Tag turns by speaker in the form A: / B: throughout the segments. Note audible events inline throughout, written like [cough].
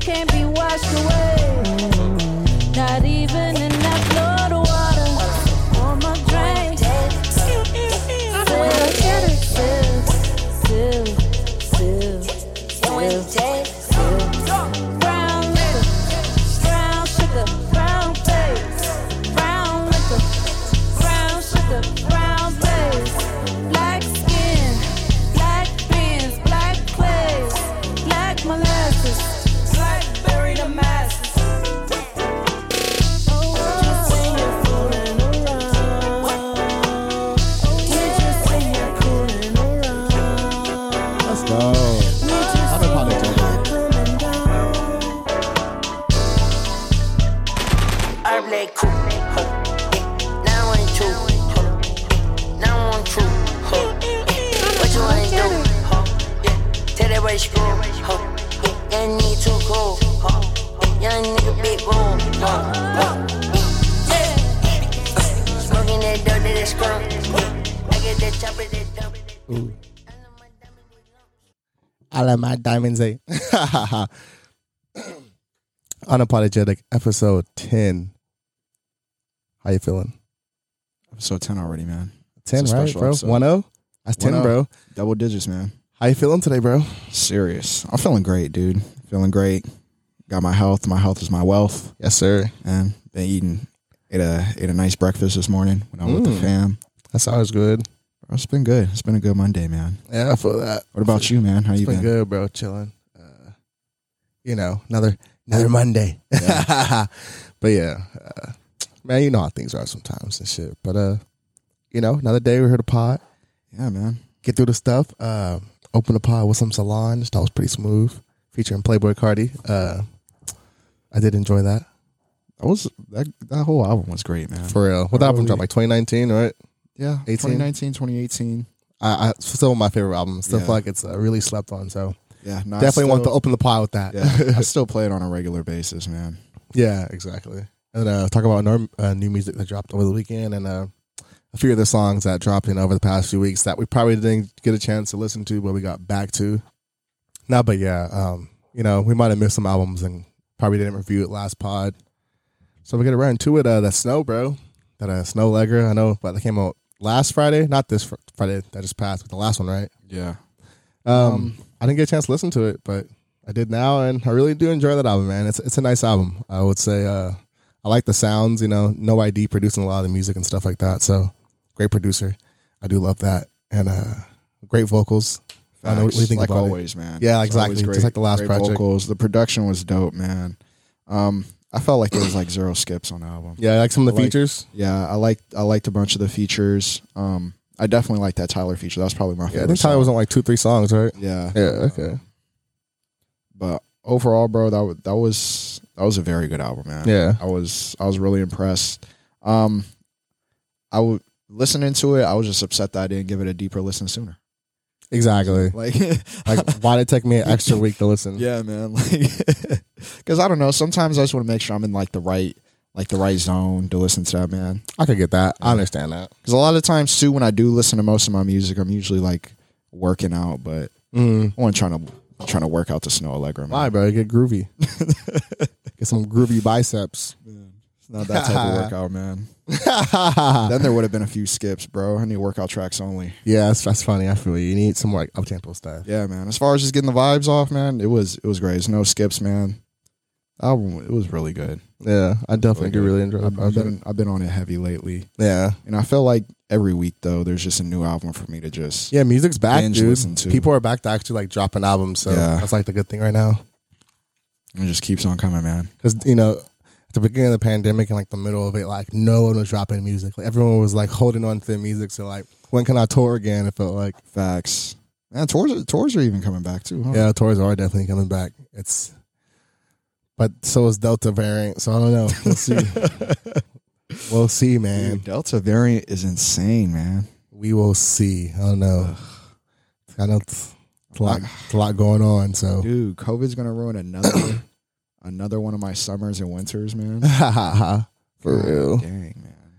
A: can't be washed away. Not even enough Lord water for my drink. Still, still, still, still, still, still. Brown liquor, brown sugar, brown face. Brown liquor, brown sugar, brown face. Black skin, black beans, black clays, black molasses, blackberry Oh, damascus.
B: Let's go. Unapologetic.
C: I play cool. huh, yeah. Now I'm true. huh, yeah. Now I'm true. huh, yeah. What you wanna do? huh, yeah. Tell that boy screw. huh, yeah. Young nigga too cool. huh, yeah. Young nigga big boom. huh, huh, yeah. Yeah. Smoking that dope, that screw. I get that chopper, that dope.
B: Ooh. I love my diamonds, eh? [laughs] Unapologetic, episode 10. How you feeling?
D: Episode 10 already, man.
B: 10,
D: It's a
B: right,
D: special
B: bro?
D: episode.
B: 1-0? That's 10,
D: 1-0.
B: bro.
D: Double digits, man.
B: How you feeling today, bro?
D: Serious. I'm feeling great, dude. Feeling great. Got my health. My health is my wealth.
B: Yes, sir.
D: And been eating. Ate a ate a nice breakfast this morning when I was with
B: Mm.
D: the fam.
B: That's always good.
D: It's been good. It's been a good Monday, man.
B: Yeah, I feel that.
D: What about you, man? How you
B: It's been
D: been?
B: good, bro. Chilling. Uh, you know, another another Monday. [laughs] but yeah, uh, man, you know how things are sometimes and shit. But uh, you know, another day we're here to pod,
D: Yeah, man.
B: get through the stuff. Uh, open the pod with some salon. That was pretty smooth, featuring Playboy Cardi. Uh, I did enjoy that
D: That was that that whole album was great, man.
B: for real. What album dropped like 2019, right?
D: yeah,
B: 18?
D: 2019, 2018.
B: I, I still one of my favorite albums. Still
D: Yeah.
B: feel like it's uh, really slept on. So
D: Yeah, no, I
B: definitely want to
D: still-
B: open the pod with that.
D: [laughs] Yeah,
B: [laughs]
D: I still play it on a regular basis, man.
B: Yeah, exactly. And uh, talk about our, uh, new music that dropped over the weekend and uh, a few other songs that dropped in over the past few weeks that we probably didn't get a chance to listen to, but we got back to. No, but yeah, um, you know, we might have missed some albums and probably didn't review it last pod. So we're going to run into it. Uh, that Snow, bro. That uh, Snow Legger. I know, but that came out last Friday. Not this fr- Friday that just passed, but the last one, right?
D: Yeah,
B: Um, I didn't get a chance to listen to it, but I did now, and I really do enjoy that album, man. It's it's a nice album. I would say uh, I like the sounds. You know, No ID producing a lot of the music and stuff like that. So great producer, I do love that, and uh, great vocals. I know what you
D: Facts,
B: think
D: like
B: about it.
D: always, man.
B: Yeah,
D: It's always
B: exactly. Just like the last
D: great
B: project.
D: Vocals. The production was dope, man. Um, I felt like there was like zero skips on the album.
B: Yeah, I like some of the
D: I like-
B: features.
D: Yeah, I liked I liked a bunch of the features. Um, I definitely liked that Tyler feature. That was probably my favorite.
B: Yeah, I think Tyler
D: song.
B: was on like two, three songs, right?
D: Yeah,
B: Yeah, okay.
D: but overall, bro, that was that was that was a very good album, man.
B: Yeah.
D: I was I was really impressed. Um, I would listening to it. I was just upset that I didn't give it a deeper listen sooner. [laughs]
B: Exactly.
D: Like, [laughs]
B: Like, why did it take me an extra week to listen?
D: yeah, man. [laughs] Like, because I don't know. Sometimes I just want to make sure I'm in like the right like the right zone to listen to that, man.
B: I could get that. I understand that.
D: Because a lot of times too, when I do listen to most of my music, I'm usually like working out, but
B: Mm.
D: I want trying to trying to work out the snow Allegra. Man.
B: Why, bro? Get
D: [laughs]
B: groovy. get some groovy biceps.
D: It's not that type of workout, man. then there would have been a few skips, bro. I need workout tracks only.
B: Yeah, that's, that's funny. I feel you. You need some more like up tempo stuff.
D: Yeah, man. As far as just getting the vibes off, man, it was it was great. There's no skips, man. Album, it was really good.
B: Yeah, I definitely do
D: good.
B: really enjoy the
D: I've, I've
B: project.
D: been I've been on it heavy lately,
B: Mm-hmm. Yeah,
D: and I feel like every week though, there's just a new album for me to just.
B: yeah, music's back,
D: Binge
B: dude.
D: listen to.
B: People are back to actually like dropping albums, so
D: Yeah.
B: that's like the good thing right now.
D: It just keeps on coming, man.
B: Because you know, at the beginning of the pandemic and like the middle of it, like no one was dropping music. Like everyone was like holding on to their music. So like, when can I tour again? It felt like
D: Facts. Man, tours are- tours are even coming back too. Huh?
B: yeah, tours are definitely coming back. It's but so is Delta variant. So I don't know. We'll
D: [laughs]
B: see. we'll see, man.
D: Dude, Delta variant is insane, man.
B: We will see. I don't know. I know it's, it's a lot, it's a lot going on. So
D: Dude, COVID's gonna ruin another [clears throat] another one of my summers and winters, man.
B: [laughs] for real,
D: God Dang, man.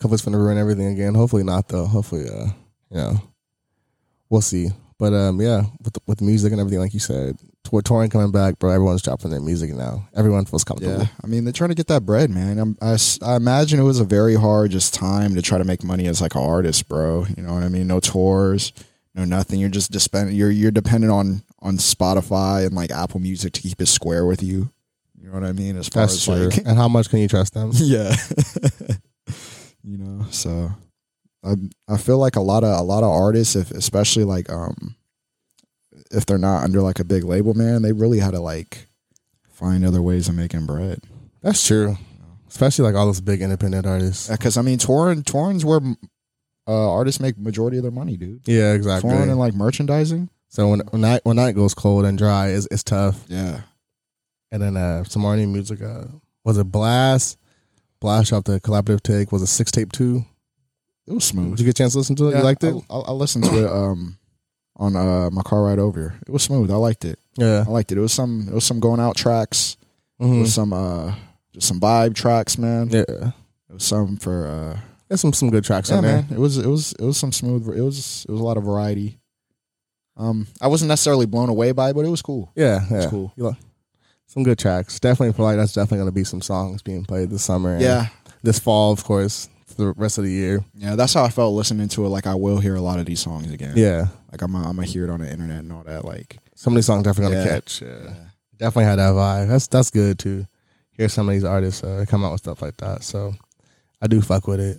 B: COVID's gonna ruin everything again. Hopefully not, though. Hopefully, uh, you know, we'll see. But um, yeah, with with music and everything, like you said, with touring coming back, bro, everyone's dropping their music now. Everyone feels
D: Yeah,
B: comfortable.
D: I mean they're trying to get that bread, man. I'm, I, s- I imagine it was a very hard just time to try to make money as like an artist, bro. You know what I mean? No tours, no nothing. You're just depend you're you're dependent on on Spotify and like Apple Music to keep it square with you. You know what I mean? As far
B: That's
D: as
B: true.
D: like [laughs]
B: and how much can you trust them?
D: yeah, [laughs] you know. So I I feel like a lot of a lot of artists, if especially like um if they're not under like a big label, man, they really had to like find other ways of making bread.
B: That's true. Especially like all those big independent artists.
D: because I mean, touring touring's where uh, artists make majority of their money, dude.
B: Yeah, exactly.
D: Touring and like merchandising.
B: So when when night when night goes cold and dry, it's, it's tough.
D: Yeah,
B: And then uh, some more new music. Uh, was it Blast? Blast off the collaborative take was a six tape too.
D: it was
B: Did
D: smooth.
B: you get a chance to listen to it?
D: Mm-hmm. Yeah,
B: you liked it?
D: I, I, I listened to it um on uh my car ride over. here. It was smooth. I liked it.
B: yeah.
D: I liked it. It was some it was some going out tracks. It
B: Mhm.
D: was some uh just some vibe tracks, man.
B: Yeah.
D: It was some for uh
B: There's some some good tracks
D: yeah,
B: on there.
D: man. It was it was it was some smooth. It was it was a lot of variety. Um, I wasn't necessarily blown away by it, but it was cool.
B: Yeah, yeah.
D: cool.
B: You like- some good tracks. Definitely probably that's definitely gonna be some songs being played this summer. and
D: yeah.
B: This fall, of course, for the rest of the year.
D: Yeah, that's how I felt listening to it. Like I will hear a lot of these songs again.
B: Yeah.
D: Like I'm i I'm gonna hear it on the internet and all that. Like
B: Some of these songs definitely gonna
D: Yeah.
B: catch. Definitely had that vibe. That's that's good too. Hear some of these artists uh, come out with stuff like that. So I do fuck with it.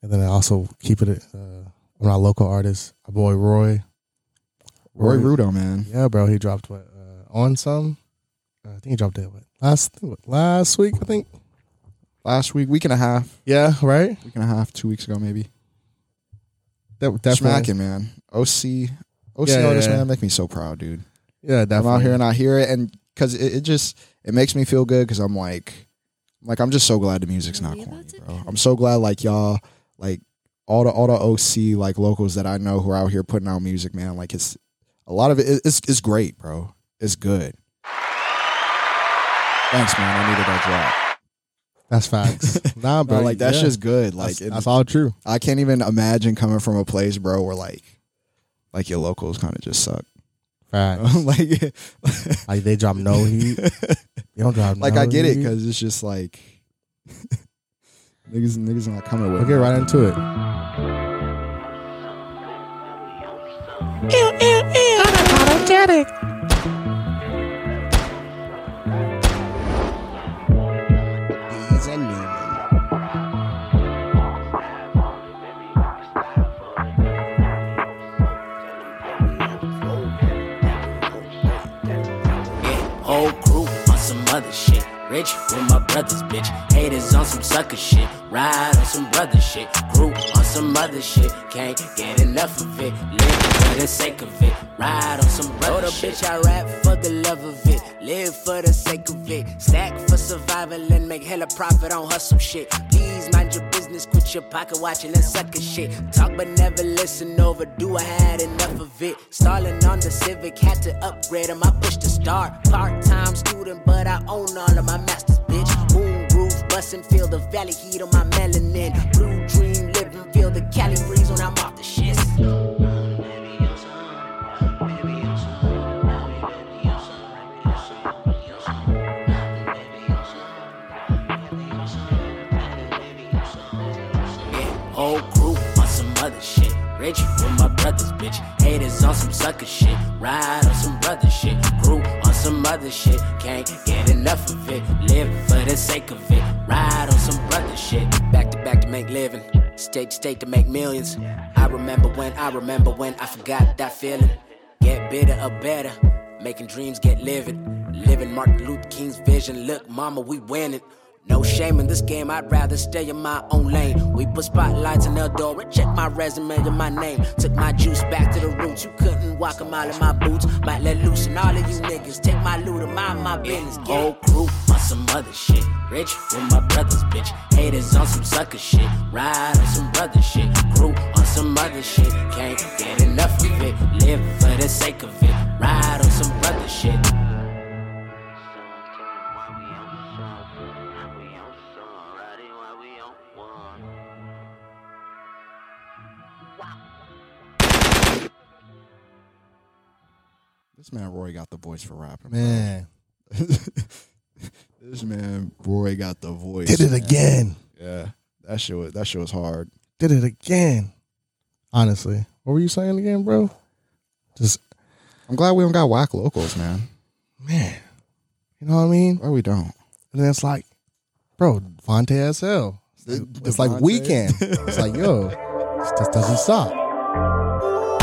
B: And then I also keep it uh one of our local artists, our boy Roy.
D: Roy Rudo, man.
B: Yeah, bro, he dropped what uh, on some. Uh, I think he dropped it what, last last week. I think.
D: Last week, week and a half,
B: Yeah, right.
D: week and a half, two weeks ago maybe.
B: De- definitely.
D: Smacking, man. OC, OC
B: Yeah, yeah,
D: artist,
B: yeah.
D: man, make me so proud, dude.
B: Yeah, definitely.
D: I'm out here and I hear it, and because it, it just it makes me feel good because I'm like, like I'm just so glad the music's not corny, bro. I'm so glad like y'all like all the all the OC like locals that I know who are out here putting out music, man. Like it's a lot of it. it- It's it's great, bro. It's good. Thanks, man. I needed that
B: That's facts.
D: [laughs]
B: nah,
D: drop.
B: bro.
D: No, like that's
B: yeah.
D: just good. Like
B: that's,
D: it-
B: that's all true.
D: I can't even imagine coming from a place, bro, where like like your locals kind of just suck.
B: Facts.
D: [laughs] like
B: like they drop no heat.
D: [laughs]
B: They don't drop.
D: Like
B: no
D: I get it
B: heat.
D: because it's just like [laughs] niggas, niggas not coming with.
B: we'll get
D: it.
B: right into it.
E: Yeah, whole crew on some other shit. Rich with my brothers, bitch. Haters on some sucker shit. Ride on some brother shit. Group on some other shit. Can't get enough of it. Live for the sake of it. Ride on some brother shit. bitch, I rap for the love of it. Live for the sake of it. Stack for survival and make hella profit on hustle shit. Please mind your business. Quit your pocket watching that sucker shit. Talk but never listen. Overdo. I had enough of it. Stalling on the Civic. Had to upgrade 'em. I pushed the star. Part time student, but I own all of my masters, bitch. Moon roof bustin', feel the valley heat on my melanin. Blue dream living, feel the Cali breeze when I'm off the shit. Yeah, whole group on some other shit. Rich with my brothers, bitch. Haters on some sucker shit. Ride on some brother shit. Group on some other shit. Can't get enough of it. Live for the sake of it. Ride on some brother shit. Back to back to make living. State to state to make millions. I remember when, I remember when I forgot that feeling. Get bitter or better. Making dreams get livid. Living Martin Luther King's vision. Look, mama, we winning. No shame in this game, I'd rather stay in my own lane. We put spotlights in the door and check my resume and my name. Took my juice back to the roots, you couldn't walk a mile in my boots. Might let loose and all of you niggas take my loot and mind my business. Whole crew on some other shit. Rich with my brothers, bitch. Haters on some sucker shit. Ride on some brother shit. Crew on some other shit. Can't get enough of it. Live for the sake of it. Ride on some brother shit.
D: This man Roy got the voice for rapping.
B: Man,
D: [laughs] This man Roy got the voice.
B: did it
D: man.
B: again.
D: Yeah, that shit. Was, that shit was hard.
B: Did it again. Honestly, what were you saying again, bro? Just
D: I'm glad we don't got whack locals, man.
B: man, you know what I mean.
D: Why we don't?
B: And then it's like, bro, Fonte as hell. It's like, it's like
D: Devontae.
B: weekend. it's like yo, this just doesn't stop.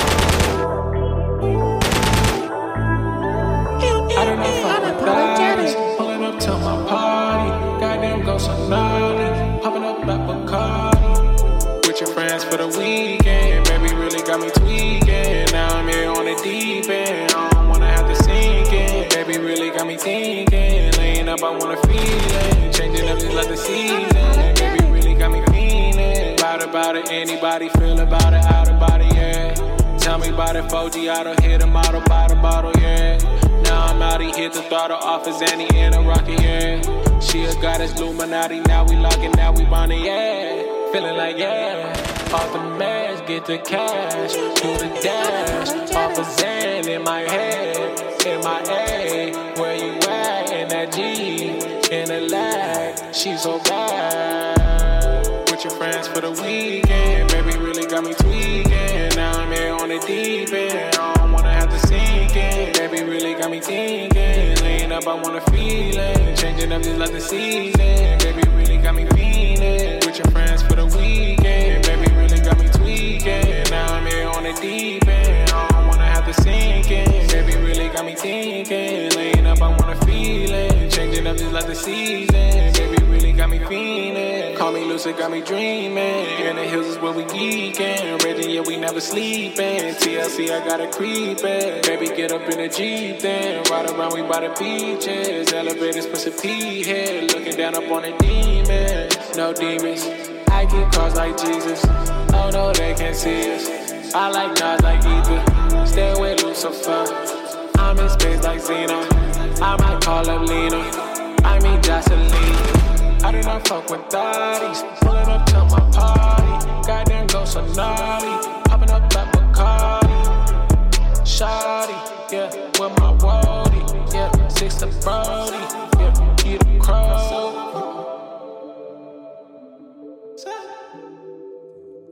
F: I don't know fuck with baddies. Pulling up to my party. Goddamn ghosts are naughty. Popping up at Bacardi. With your friends for the weekend. Baby really got me tweaking. Now I'm here on the deep end. I don't wanna have to sink in. Baby really got me thinking. Laying up, I wanna feel it. Changing up just like the season. Baby really got me feeling. About it, about it. Anybody feel about it? Out about it, yeah. Tell me about it, 4G, I don't hit a model, buy the bottle, yeah. Now I'm out here, hit the throttle off as Annie in a rocket, yeah. She a goddess, Illuminati, now we locking, now we bonding, yeah. Feeling like, yeah. Off the mask, get the cash, do the dash. Off a Zan in my head, in my A. Where you at? In that G, in the lag, she so bad. With your friends for the weekend, baby really got me tweaking. Now I'm here on the deep end. I don't wanna have to sink in. Baby really got me thinking. Laying up, I wanna feel it. Changing up just like the season. Baby really got me feeling. With your friends for the weekend, baby really got me tweaking. Now I'm here on the deep end. I don't wanna have to sink in. Baby really got me thinking. Laying up, I wanna feel it. Changing up just like the season. Baby really got me feeling. Call me lucid, got me dreaming. In the hills is where we geeking. Raging, yeah, we never sleeping. TLC, I gotta creep it. Baby, get up in the Jeep then. Ride around, we by the beaches. Elevators, push a P head. Looking down up on the demon. No demons. I get cars like Jesus. Oh no, they can't see us. I like Nas like Ether. Stay with Lucifer. I'm in space like Xena. I might call up Lena. I mean Jocelyn. I do not fuck with thotties. Pulling up to my party. Goddamn ghosts are naughty. Popping up like Bacardi. Shawty, yeah, with my Wody, yeah, six to Brody, yeah, eat a crow.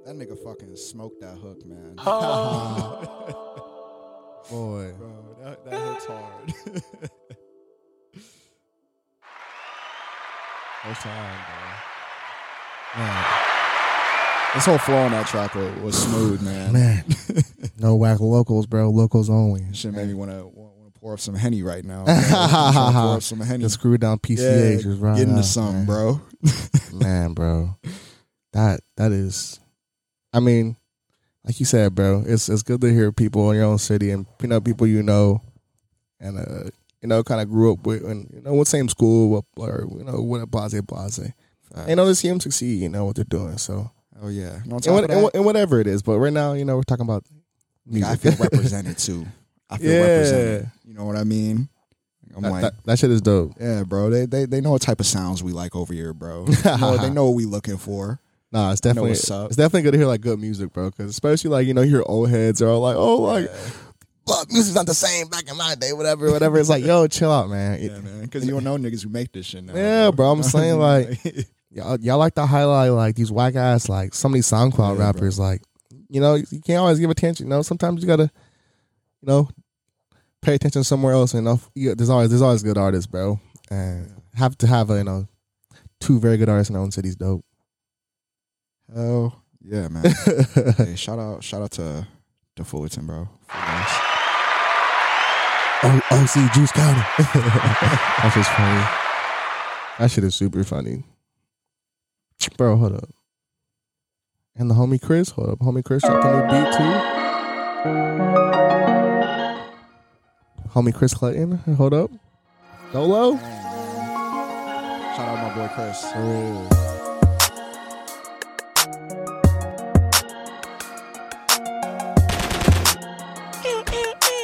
D: That nigga fucking smoked that hook, man.
F: Oh,
D: [laughs]
B: Boy,
D: Bro, that, that hook's [laughs] hard.
B: first time, bro.
D: this whole flow on that track was, was smooth, man. [laughs]
B: Man, no whack locals, bro. Locals only.
D: Shit made me want to want to pour up some henny right [laughs] now. man. I'm trying to pour
B: [laughs]
D: up some henny.
B: The screw down PCA
D: Yeah,
B: just right
D: get into
B: now,
D: something,
B: man.
D: bro.
B: man, bro. That that is, I mean, like you said, bro. It's it's good to hear people in your own city and you know people you know, and uh, you know, kind of grew up with, and you know, what same school, what or you know, what blase blase. And you know, to see them succeed, you know what they're doing. So
D: Oh yeah. And on top
B: and, what,
D: of
B: and,
D: that,
B: what- and whatever it is, but right now, you know, we're talking about music. [laughs]
D: I feel represented too. I [laughs] feel
B: Yeah.
D: represented. You know what I mean? I'm
B: that,
D: like,
B: that- that shit is dope.
D: yeah, bro. They, they they know what type of sounds we like over here, bro. They know- they know what we looking for.
B: Nah, it's definitely
D: what's up.
B: it's definitely good to hear like good music, bro. Because especially like you know, you hear old heads are all like, oh, like black music's not the same back in my day, whatever, whatever. It's like, yo, chill out, man. Yeah,
D: Yeah, man. Because you don't know niggas who make this shit now.
B: bro. I'm
D: [laughs]
B: saying like, y'all, y'all like to highlight like these whack ass like some of these SoundCloud
D: Yeah, bro.
B: rappers, like you know, you can't always give attention. You know, sometimes you gotta, you know, pay attention somewhere else. You know, You- there's always there's always good artists, bro, and have to have a, you know two very good artists in our own city's dope.
D: hell
B: [laughs]
D: yeah, man. hey, shout out, shout out to to Fullerton, bro. Fullerton.
B: O- OC Juice [laughs] County. That's just funny. That shit is super funny. Bro, hold up. And the homie Chris, hold up. Homie Chris dropped a new beat too. Homie Chris Clayton, hold up. Dolo?
D: Shout out my boy Chris.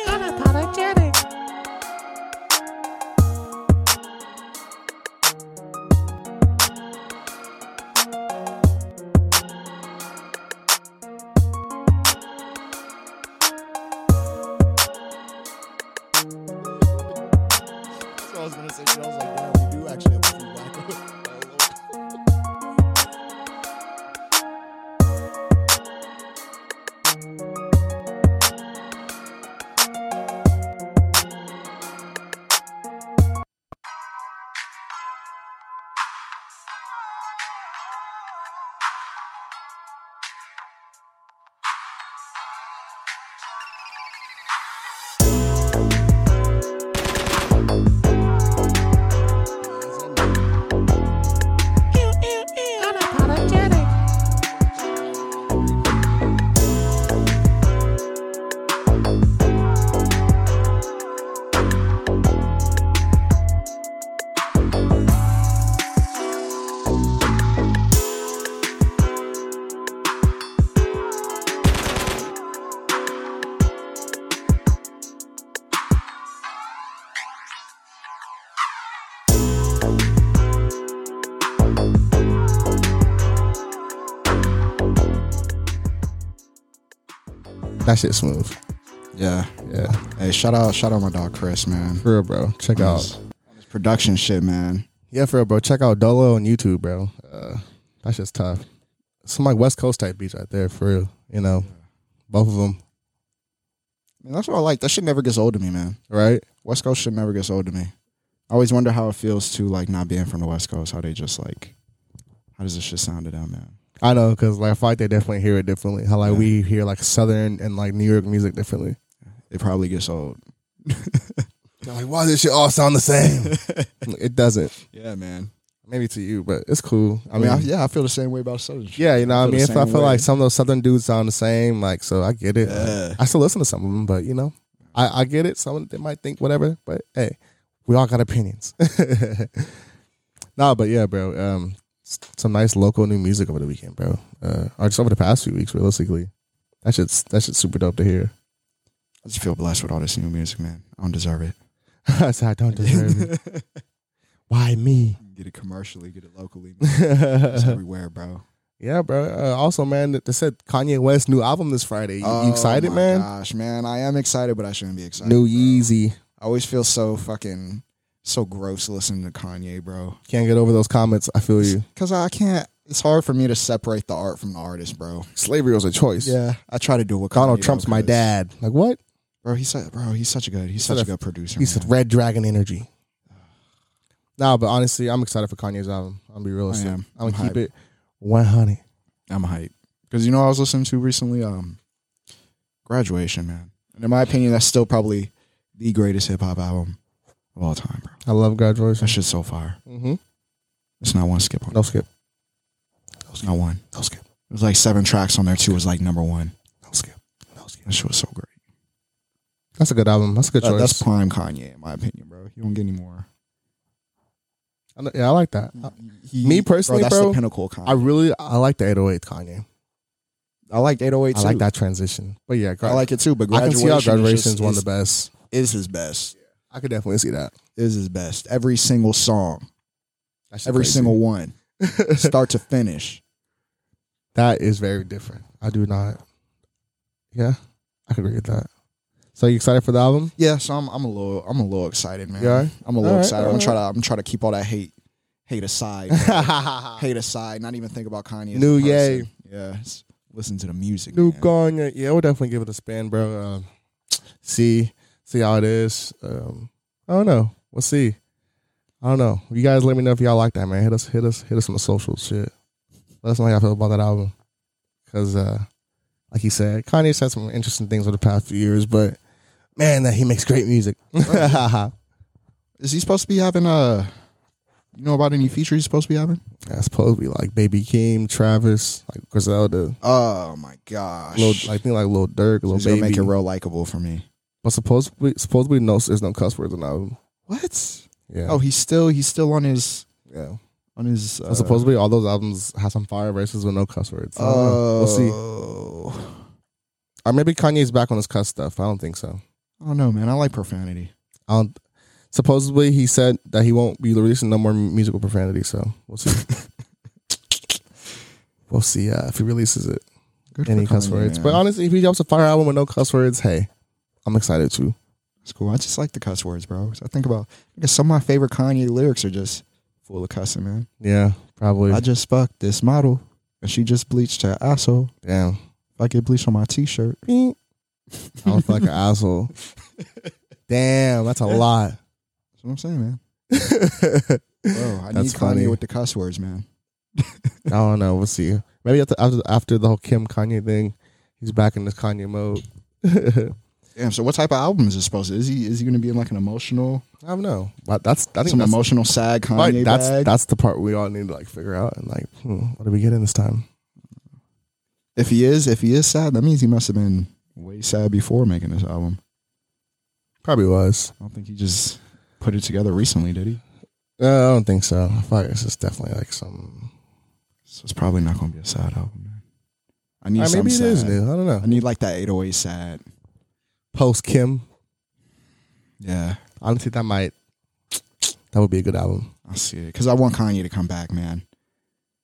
A: Unapologetic.
D: shit. I was like, damn, we do actually have a few black ones.
B: That shit's smooth.
D: Yeah.
B: Yeah.
D: Hey, shout out, shout out my dog Chris, man.
B: For real, bro. Check out.
D: His production shit, man.
B: Yeah, for real, bro. Check out Dolo on YouTube, bro. Uh, that shit's tough. Some like West Coast type beats right there, for real. You know, both of them,
D: Man, that's what I like. That shit never gets old to me, man.
B: right?
D: West Coast shit never gets old to me. I always wonder how it feels to like not being from the West Coast. How they just like, how does this shit sound to them, man?
B: I know, cause like I feel like they definitely hear it differently. How like we hear like Southern and like New York music differently.
D: It probably gets old.
B: They're like, why does this shit all sound the same? [laughs] it doesn't.
D: Yeah, man.
B: Maybe to you, but it's cool.
D: I mean, I, yeah, I feel the same way about Southern. shit.
B: Yeah, you know, what I
D: feel the
B: mean, if I
D: same
B: Mm. feel
D: way.
B: like some of those Southern dudes sound the same, like so, I get it.
D: Yeah.
B: I still listen to some of them, but you know, I, I get it. Some of them might think whatever, but hey, we all got opinions. [laughs] nah, but yeah, bro. Um, s- some nice local new music over the weekend, bro. Uh, or just over the past few weeks, realistically. That shit's that shit's super dope to hear.
D: I just feel blessed with all this new music, man. I don't deserve it. [laughs]
B: I said, I don't deserve it. [laughs] Why me?
D: Get it commercially, get it [laughs] locally. It's
B: yeah,
D: everywhere, bro.
B: bro. Uh, also, man, th- they said Kanye West new album this Friday. You, you
D: Oh
B: excited,
D: my
B: man?
D: Gosh, man, I am excited, but I shouldn't be excited.
B: New
D: bro.
B: Yeezy.
D: I always feel so fucking so gross listening to Kanye, bro.
B: Can't get over those comments. I feel you.
D: Cause I can't. It's hard for me to separate the art from the artist, bro.
B: Slavery was a choice.
D: Yeah, I try to do what
B: Donald
D: Kanye
B: Trump's
D: does,
B: my
D: 'cause-
B: dad. Like what?
D: bro. He's such, bro. He's such a good. He's
B: said
D: such
B: a-
D: a good producer.
B: He said
D: man.
B: red dragon energy. Nah, but honestly, I'm excited for Kanye's album. I'm gonna be realistic.
D: I
B: I'm
D: am.
B: gonna
D: I'm
B: keep
D: hyped.
B: it 100.
D: I'm hype. Cause you know what I was listening to recently, um, graduation, man. And in my opinion, that's still probably the greatest hip hop album of all time, bro.
B: I love graduation.
D: That shit's so fire.
B: Mm-hmm.
D: It's not one skip on.
B: No skip.
D: It's not one.
B: No skip.
D: It was like seven tracks on there too. Was like number one.
B: No skip. No skip.
D: That shit was so great.
B: That's a good album. That's a good
D: That-
B: choice.
D: Uh, that's prime Kanye, in my opinion, bro. You don't get any more.
B: I know- yeah, I like that. I-
D: He-
B: Me personally,
D: that's
B: bro,
D: the pinnacle. of Kanye.
B: I really I like the 808 Kanye.
D: I like 808
B: I
D: too.
B: like that transition. But yeah,
D: I like it too, but
B: I can
D: graduation
B: see how
D: is just-
B: graduation's one of
D: is-
B: the best.
D: is his best.
B: I could definitely see that.
D: Is his best. Every single song,
B: That's
D: every
B: crazy.
D: single [laughs] one, start to finish.
B: That is very different. I do not. Yeah, I could agree with that. So you excited for the album? [laughs]
D: Yeah, so I'm I'm a little I'm a little excited, man.
B: You alright?
D: I'm a little
B: Alright,
D: excited. I'm
B: alright.
D: trying to I'm trying to keep all that hate hate [laughs] aside. bro. hate aside. Not even think about Kanye. as a
B: New
D: person.
B: Ye.
D: Yeah. s- Listen to the music.
B: New
D: man.
B: Kanye. Yeah, we'll definitely give it a spin, bro. Um, see, see how it is. Um, I don't know. We'll see. I don't know. You guys, let me know if y'all like that, man. Hit us, hit us, hit us on the social shit. Let us know how y'all feel about that album, because uh, like he said, Kanye said some interesting things over the past few years, but man, that he makes great music. Mm-hmm. I
D: Is he supposed to be having uh you know about any features he's supposed to be having?
B: suppose we like Baby Keem, Travis, like Griselda,
D: Oh my gosh.
B: Lil, I think like Lil Durk, Lil
D: he's
B: Baby.
D: gonna make it real likable for me.
B: But supposedly, supposedly, no, there's no cuss words in the album.
D: What?
B: Yeah.
D: Oh, he's still he's still on his
B: yeah.
D: on his. uh,
B: So supposedly all those albums have some fire verses with no cuss words. I don't know. we'll see.
D: see.
B: Or maybe Kanye's back on his cuss stuff. I don't think so.
D: I don't know, man. I like profanity.
B: I don't. Supposedly he said that he won't be releasing no more musical profanity. So we'll
D: [laughs]
B: see. we'll see uh, if he releases it.
D: Good
B: Any cuss words? But honestly, if he drops a fire album with no cuss words, hey, I'm excited too.
D: It's cool. I just like the cuss words, bro. So I think about I guess some of my favorite Kanye lyrics are just full of cussing, man.
B: Yeah, probably.
D: I just fucked this model and she just bleached her asshole.
B: Damn.
D: If I get bleached on my t shirt.
B: I don't feel like an
D: [laughs]
B: asshole. Damn, that's a lot.
D: That's what
B: [laughs]
D: I'm saying, man.
B: I
D: Bro, I
B: That's
D: need
B: funny.
D: Kanye with the cuss words, man.
B: don't know. We'll see. Maybe after after, after the whole Kim Kanye thing, he's back in this Kanye mode. I
D: Damn. So what type of album is it supposed to? Is he is he gonna be in like an emotional,
B: don't know. But that's I think
D: some
B: that's,
D: emotional sad Kanye
B: right, that's
D: bag?
B: that's the part we all need to like figure out and like, hmm, what are we getting this time?
D: if he is, if he is sad, that means he must have been way sad before making this album.
B: Probably was.
D: I don't think he just put it together recently, did he?
B: Uh, I don't think so. I feel like this is definitely like some.
D: So it's probably not gonna be a sad album, man. I need
B: All right,
D: something
B: maybe it
D: sad.
B: is new. I don't
D: I
B: know.
D: need like that 808 sad.
B: Post Kim,
D: Yeah,
B: honestly, that might that would be a good album.
D: I see it because I want Kanye to come back, man.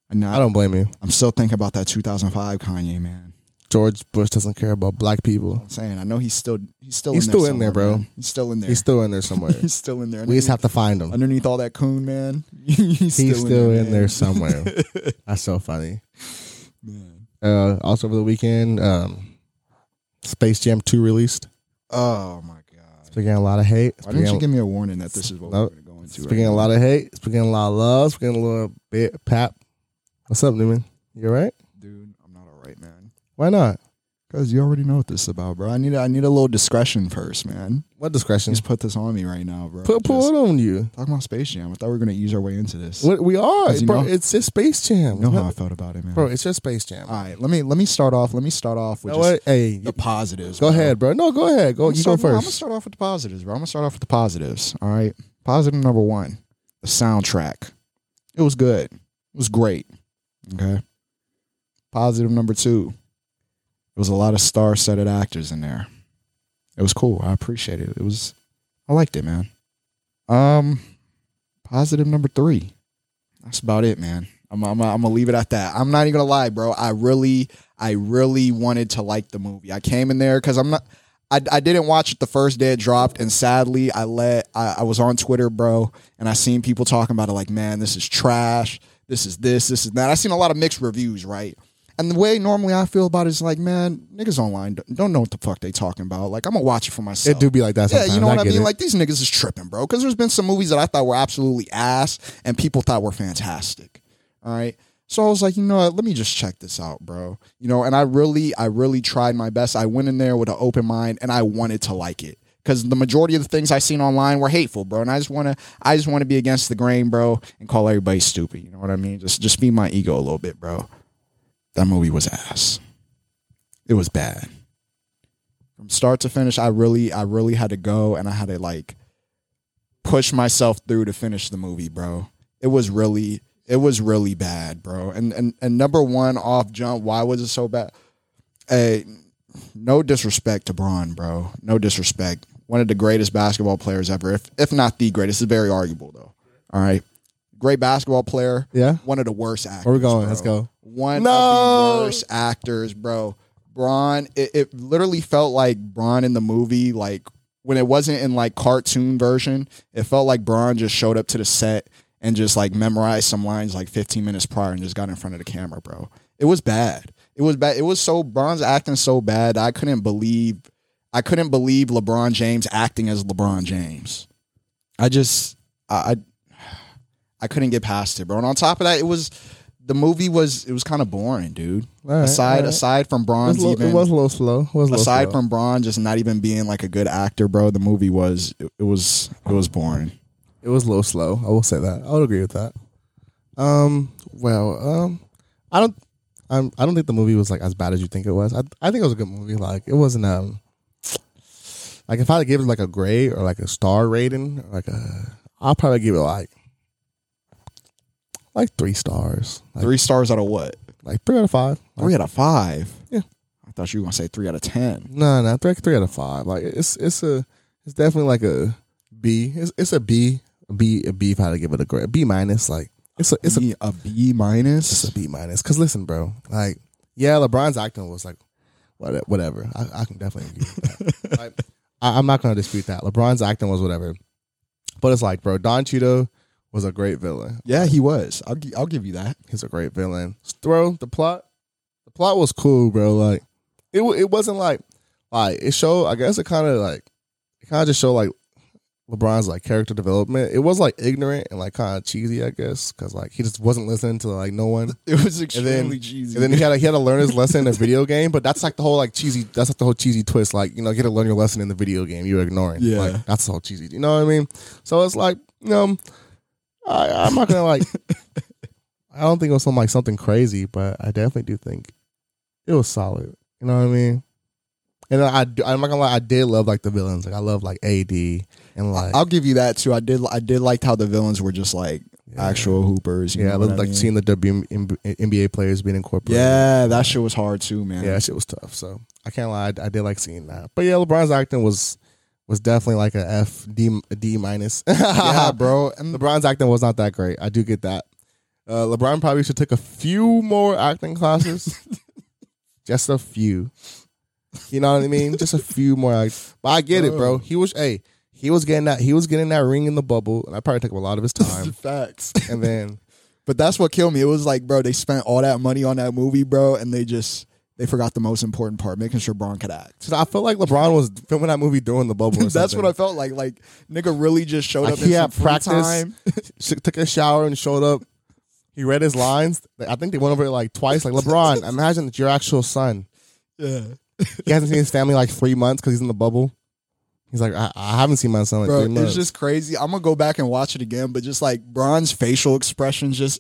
D: And now,
B: I don't blame you.
D: I'm still thinking about that 2005 Kanye, man.
B: George Bush doesn't care about black people.
D: I'm saying I know he's still he's still
B: He's
D: in there
B: still in there,
D: somewhere,
B: bro.
D: man. He's still in [laughs] there.
B: He's still in there somewhere.
D: He's still in there.
B: we just have to find him.
D: underneath all that coon, man. [laughs] he's still,
B: He's still in
D: man.
B: there somewhere.
D: [laughs]
B: That's so funny.
D: Man.
B: Uh, also over the weekend, um, Space Jam Two released.
D: Oh my god!
B: It's been getting a lot of hate. It's
D: Why
B: been
D: didn't
B: getting-
D: you give me a warning that this is what
B: No.
D: we're going to go into?
B: it's
D: right
B: been getting a
D: now?
B: lot of hate. It's been getting a lot of love. It's been getting a little bit pap. What's up, Newman? You all right?
D: dude. I'm not all right, man.
B: Why not?
D: Because you already know what this is about, bro. I need a, I need a little discretion first, man.
B: What discretion?
D: Just put this on me right now, bro.
B: Put pull
D: Just-
B: it on you.
D: Talking about Space Jam, I thought we were gonna ease our way into this.
B: What we are,
D: Does he
B: bro.
D: know?
B: It's just Space Jam.
D: You know
B: It's
D: how
B: not-
D: I felt about it, man.
B: bro, it's just Space Jam.
D: all right, let me let me start off. Let me start off
B: You
D: with
B: know
D: just
B: what? Hey,
D: the
B: you-
D: positives.
B: go
D: bro.
B: ahead, bro. No, go ahead. Go.
D: I'm
B: oh, You
D: start-
B: go
D: no, I'm gonna
B: first.
D: start off with the positives, bro. I'm gonna start off with the positives. All right. Positive number one, the soundtrack. It was good. It was great. Okay. Positive number two, it was a lot of star-studded actors in there. It was cool. I appreciate it. It was, I liked it, man. Um, positive number three. That's about it, man. I'm, I'm, I'm gonna leave it at that. I'm not even gonna lie, bro. I really, I really wanted to like the movie. I came in there because I'm not. I, I didn't watch it the first day it dropped, and sadly, I let I, I was on Twitter, bro, and I seen people talking about it like, man, this is trash. This is this. This is that. I seen a lot of mixed reviews, right? And the way normally I feel about it is like, man, niggas online don't- don't know what the fuck they talking about. Like, I'm gonna watch it for myself.
B: It do be like that. Sometimes.
D: Yeah, you know what I
B: get
D: mean.
B: it.
D: Like these niggas is tripping, bro. Because there's been some movies that I thought were absolutely ass, and people thought were fantastic. All right, so I was like, you know what? Let me just check this out, bro. You know, and I really, I really tried my best. I went in there with an open mind, and I wanted to like it because the majority of the things I seen online were hateful, bro. And I just want to, I just want to be against the grain, bro, and call everybody stupid. You know what I mean? Just, just feed my ego a little bit, bro. That movie was ass. It was bad from start to finish i really i really had to go and i had to like push myself through to finish the movie bro it was really it was really bad bro and and, and number one off jump why was it so bad hey no disrespect to braun bro no disrespect one of the greatest basketball players ever if if not the greatest it's very arguable though all right great basketball player
B: Yeah.
D: one of the worst actors
B: Where we going?
D: bro.
B: Let's go.
D: one of
B: No.
D: the worst actors, bro. Braun, it, it literally felt like Braun in the movie, like when it wasn't in like cartoon version, it felt like Braun just showed up to the set and just like memorized some lines like 15 minutes prior and just got in front of the camera, bro. It was bad. It was bad. It was so Braun's acting so bad that I couldn't believe I couldn't believe LeBron James acting as LeBron James. I just I I, I couldn't get past it, bro. And on top of that, it was the movie was it was kind of boring, dude.
B: All right,
D: aside
B: all right.
D: aside
B: It
D: from
B: was,
D: Bron's
B: a little,
D: even
B: it was a little slow. It was a little
D: aside
B: slow.
D: from Braun just not even being like a good actor, bro, the movie was it, it was it was boring.
B: It was a little slow. I will say that. I would agree with that. Um. Well. Um. I don't. I'm. I don't think the movie was like as bad as you think it was. I. I think it was a good movie. Like it wasn't. Um. Like if I had to give it like a grade or like a star rating, or like a, I'll probably give it like. Like three stars. Like
D: three stars out of what?
B: Like three out of five. Like,
D: Three out of five.
B: Yeah.
D: I thought you were gonna say three out of ten.
B: No, no, three, three out of five. Like it's it's a it's definitely like a B. It's it's a B, a B, a B. If I had to give it a grade, a B minus. Like it's a it's a
D: B, a B
B: it's
D: minus.
B: a B minus. Cause listen, bro, like yeah, LeBron's acting was like, what, whatever. I, I can definitely agree. With that. like, I, I'm not going to dispute that. LeBron's acting was whatever, but it's like, bro, Don Cheeto was a great villain.
D: Yeah, he was. I'll, gi- I'll give you that. [laughs]
B: He's a great villain. Bro, the plot, the plot was cool, bro. Like it, wa- it wasn't like like it showed. I guess it kind of like it kind of just showed like LeBron's like character development. It was like ignorant and like kind of cheesy, I guess, because like he just wasn't listening to like no one.
D: It was
B: And
D: extremely
B: then,
D: cheesy.
B: and then he had to, he had to learn his lesson in a video game, but that's like the whole like cheesy. That's like the whole cheesy twist. Like you know, you get to learn your lesson in the video game you're ignoring.
D: Yeah.
B: like, that's the whole cheesy. You know what I mean? So it's like you know, I, I'm not gonna
D: [laughs]
B: like. I don't think it was something like something crazy, but I definitely do think it was solid. You know what I mean? And I, I do- I'm not gonna lie, I did love like the villains. Like I love like AD and like
D: I'll give you that too. I did. I did liked how the villains were just like
B: Yeah.
D: actual hoopers. you
B: yeah, I
D: know what
B: love like
D: mean?
B: seeing the W NBA players being incorporated.
D: Yeah, that shit was hard too, man.
B: yeah, that shit was tough. So I can't lie, I, I did like seeing that. But yeah, LeBron's acting was was definitely like a F D a D minus.
D: [laughs]
B: [laughs]
D: yeah, bro. And
B: LeBron's acting was not that great. I do get that. Uh, LeBron probably should take a few more acting classes,
D: [laughs]
B: just a few. You know what I mean? Just a few more. Act- but I get it, bro. He was hey, he was getting that he was getting that ring in the bubble, and I probably took up a lot of
D: [laughs]
B: his
D: the
B: time.
D: facts.
B: and then
D: But that's what killed me. It was like, bro, they spent all that money on that movie, bro, and they just they forgot the most important part, making sure Bron could act.
B: so I felt like LeBron was filming that movie during the bubble. Or
D: [laughs] That's
B: something.
D: what I felt like. Like nigga really just showed
B: Like
D: up. in
B: he had
D: some free
B: practice, [laughs]
D: time.
B: sh- took a shower and showed up. He read his lines. I think they went over it like twice. Like
D: [laughs]
B: LeBron, imagine it's your actual son.
D: Yeah,
B: He hasn't seen his family in, like three months because he's in the bubble. He's like, I, I haven't seen my son in, like
D: bro,
B: three months.
D: it's just crazy. I'm gonna go back and watch it again, but just like Bron's facial expressions, just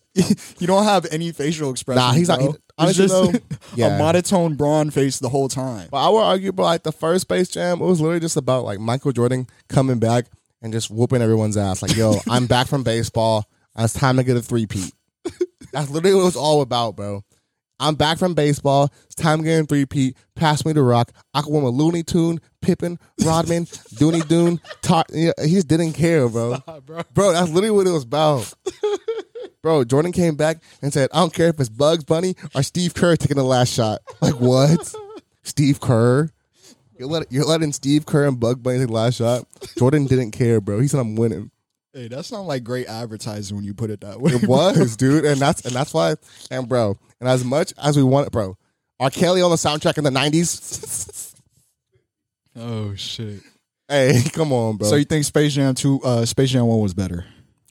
D: [laughs] you don't have any facial expressions.
B: Nah, he's not-
D: bro.
B: he- honestly,
D: it's just
B: though, yeah.
D: [laughs] a monotone Bron face the whole time.
B: but I would argue, bro, like the first Space Jam, it was literally just about like Michael Jordan coming back and just whooping everyone's ass. Like, yo, I'm back from baseball. It's time to get a three peat. That's literally what it was all about, bro. I'm back from baseball. It's time to get a three peat. Pass me the rock. I can win a Looney Tune, Pippin, Rodman, Dooney Doon. Tar- yeah, he just didn't care, bro. bro. that's literally what it was about. Bro, Jordan came back and said, I don't care if it's Bugs Bunny or Steve Kerr taking the last shot. Like, what? Steve Kerr? You're, let, you're letting Steve Kerr and Bugs Bunny take the last shot? Jordan didn't care, bro. He said, I'm winning.
D: Hey, that's not like great advertising when you put it that way. [laughs]
B: It was, dude, and that's and that's why. And bro, and as much as we want it, bro, R. Kelly on the soundtrack in the '90s.
D: Oh shit.
B: [laughs] hey, come on, bro.
D: So you think Space Jam two, uh, Space Jam one was better?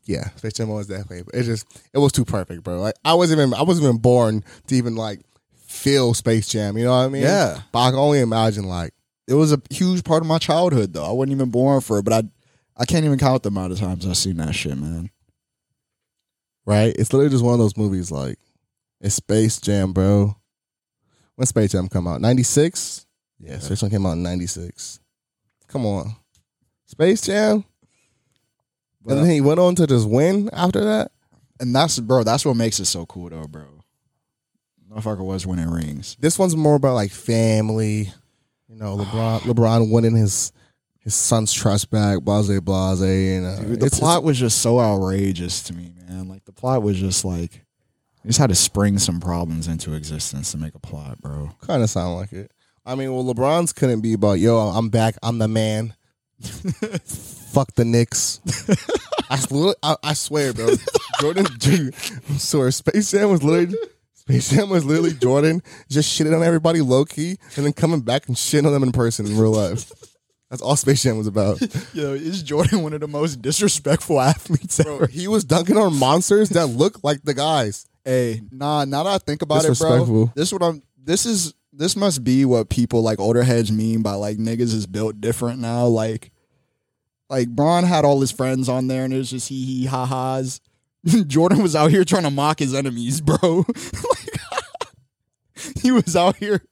B: yeah, Space Jam was definitely. It just it was too perfect, bro. Like I wasn't even I wasn't even born to even like feel Space Jam. You know what I mean?
D: Yeah.
B: But I can only imagine like
D: It was a huge part of my childhood, though. I wasn't even born for it, but I, I can't even count the amount of times I've seen that shit, man.
B: right. It's literally just one of those movies. Like it's Space Jam, bro. When Space Jam come out? '96. Yeah, Space Jam came out in '96. Come on, Space Jam.
D: But-
B: and then he went on to just win after that.
D: and that's bro. That's what makes it so cool, though, bro. Motherfucker was winning rings.
B: This one's more about like family, you know. LeBron, LeBron winning his his son's trust back, blase blase. And uh,
D: Dude, the
B: it's-
D: plot was just so outrageous to me, man. Like the plot was just like, you just had to spring some problems into existence to make a plot, bro.
B: kind of sound like it. I mean, well, LeBron's couldn't be about yo. I'm back. I'm the man. Fuck the Knicks. I, s- li- I, I swear, bro. Jordan, [laughs] dude, I'm sorry. Space Jam was literally. Space Jam was literally Jordan just shitting on everybody low key and then coming back and shitting on them in person in real life. That's all Space Jam was about.
D: [laughs] Yo, is Jordan one of the most disrespectful [laughs] athletes
B: Bro, he was dunking on monsters that look like the guys.
D: Hey, nah, now that I think about it,
B: Disrespectful.
D: bro. This what I'm this is this must be what people like older heads mean by like niggas is built different now. Like like Braun had all his friends on there and it was just hee hee ha ha's. [laughs] Jordan was out here trying to mock his enemies, bro. [laughs] like, he was out here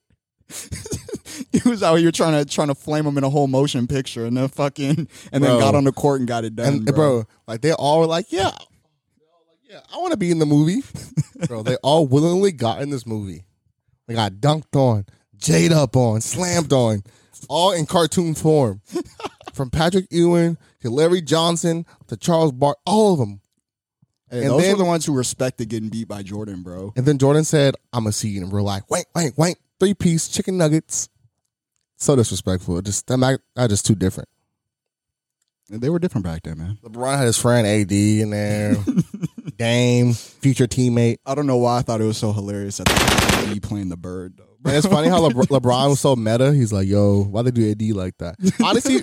D: [laughs] he was out here trying to trying to flame him in a whole motion picture and then fucking
B: Bro.
D: and then got on the court and got it done.
B: And bro.
D: Mm, bro.
B: like they all were like, yeah, They all like, yeah, I want to be in the
D: [laughs]
B: movie. bro, they all willingly got in this movie. They got dunked on, jade up on, slammed on, all in cartoon form.
D: [laughs]
B: From Patrick Ewing to Larry Johnson to Charles Bart, all of them.
D: Hey,
B: and
D: those
B: then-
D: were the ones who respected getting beat by Jordan, bro.
B: And then Jordan said, I'm going to see you in real life. Wank, wank, wank. Three piece chicken nuggets. So disrespectful. Just that Mac, that just too different.
D: They were different back then, man.
B: LeBron had his friend AD in
D: [laughs]
B: there, Dame, future teammate.
D: I don't know why I thought it was so hilarious at the time when you playing the bird though.
B: And it's funny how
D: [laughs]
B: Lebr- LeBron was so meta. He's like, "Yo, why they do AD like that?" Honestly,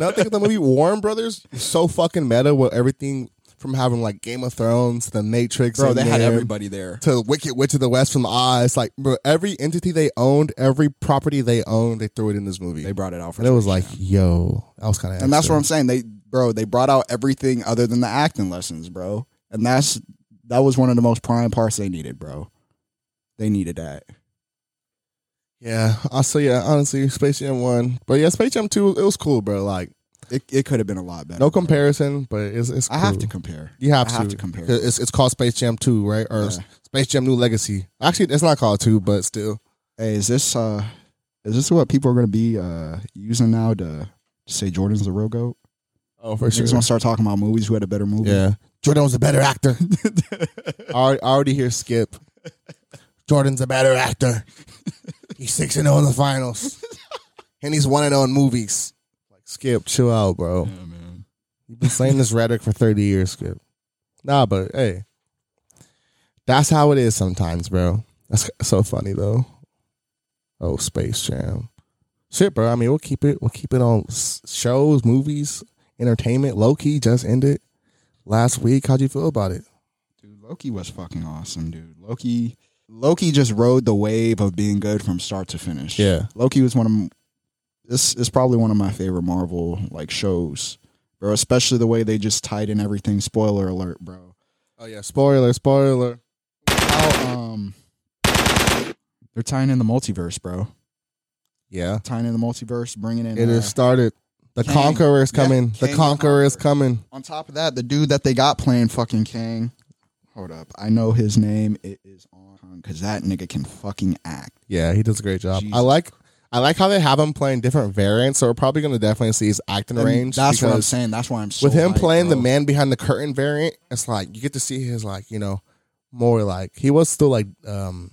B: now think of the movie Warren Brothers. So fucking meta with everything from having like Game of Thrones, The Matrix.
D: Bro,
B: in
D: they had
B: there,
D: everybody there.
B: to Wicked Witch of the West from Oz. Like, bro, every entity they owned, every property they owned, they threw it in this movie.
D: They brought it out for
B: and it was
D: Space
B: like,
D: Jam.
B: yo, I was kind of.
D: And that's what I'm saying. They bro, they brought out everything other than the acting lessons, bro. And that's that was one of the most prime parts they needed, bro. They needed that.
B: Yeah, I so yeah, honestly, Space Jam one, but yeah, Space Jam two, it was cool, bro. Like,
D: It, it could have been a lot better.
B: no
D: bro.
B: comparison, but it's. it's
D: I have
B: cool.
D: to compare.
B: You have
D: I
B: to.
D: have to compare.
B: 'Cause It's it's called Space Jam two, right? Or
D: Yeah.
B: Space Jam New Legacy. Actually, it's not called two, but still.
D: Hey, is this uh is this what people are gonna be uh using now to, to say Jordan's the real goat?
B: Oh, for
D: Niggas gonna start talking about movies who had a better movie.
B: Yeah, Jordan was a better [laughs] actor. I already, I already hear Skip. Jordan's a better actor. He's six and zero in the finals, and he's one and zero in movies. Like Skip, chill out, bro. You've been saying this rhetoric for thirty years, Skip. Nah, but hey, that's how it is sometimes, bro. That's so funny though. Oh, Space Jam. Shit, bro. I mean, we'll keep it. We'll keep it on s- shows, movies, entertainment. Low key just ended last week. How'd you feel about it?
D: Dude, Loki was fucking awesome, dude. Loki Loki just rode the wave of being good from start to finish.
B: Yeah.
D: Loki was one of m- this is probably one of my favorite Marvel like shows, bro. Especially the way they just tied in everything. Spoiler alert, bro.
B: Oh yeah, spoiler, spoiler.
D: How um they're tying in the multiverse, bro.
B: Yeah,
D: Tying in the multiverse, bringing in
B: it
D: uh,
B: has started. The
D: Kang.
B: Conqueror is
D: Yeah,
B: coming.
D: Kang
B: the
D: the
B: Conqueror is coming.
D: On top of that, the dude that they got playing fucking Kang. Hold up, I know his name. It is on because that nigga can fucking act.
B: Yeah, he does a great job. I
D: Jesus.
B: like, I like how they have him playing different variants. So we're probably going to definitely see his acting
D: And
B: range.
D: That's what I'm
B: because
D: saying. That's why I'm so
B: With him
D: hyped,
B: playing the
D: bro.
B: man behind the curtain variant, it's like you get to see his like you know more like he was still like um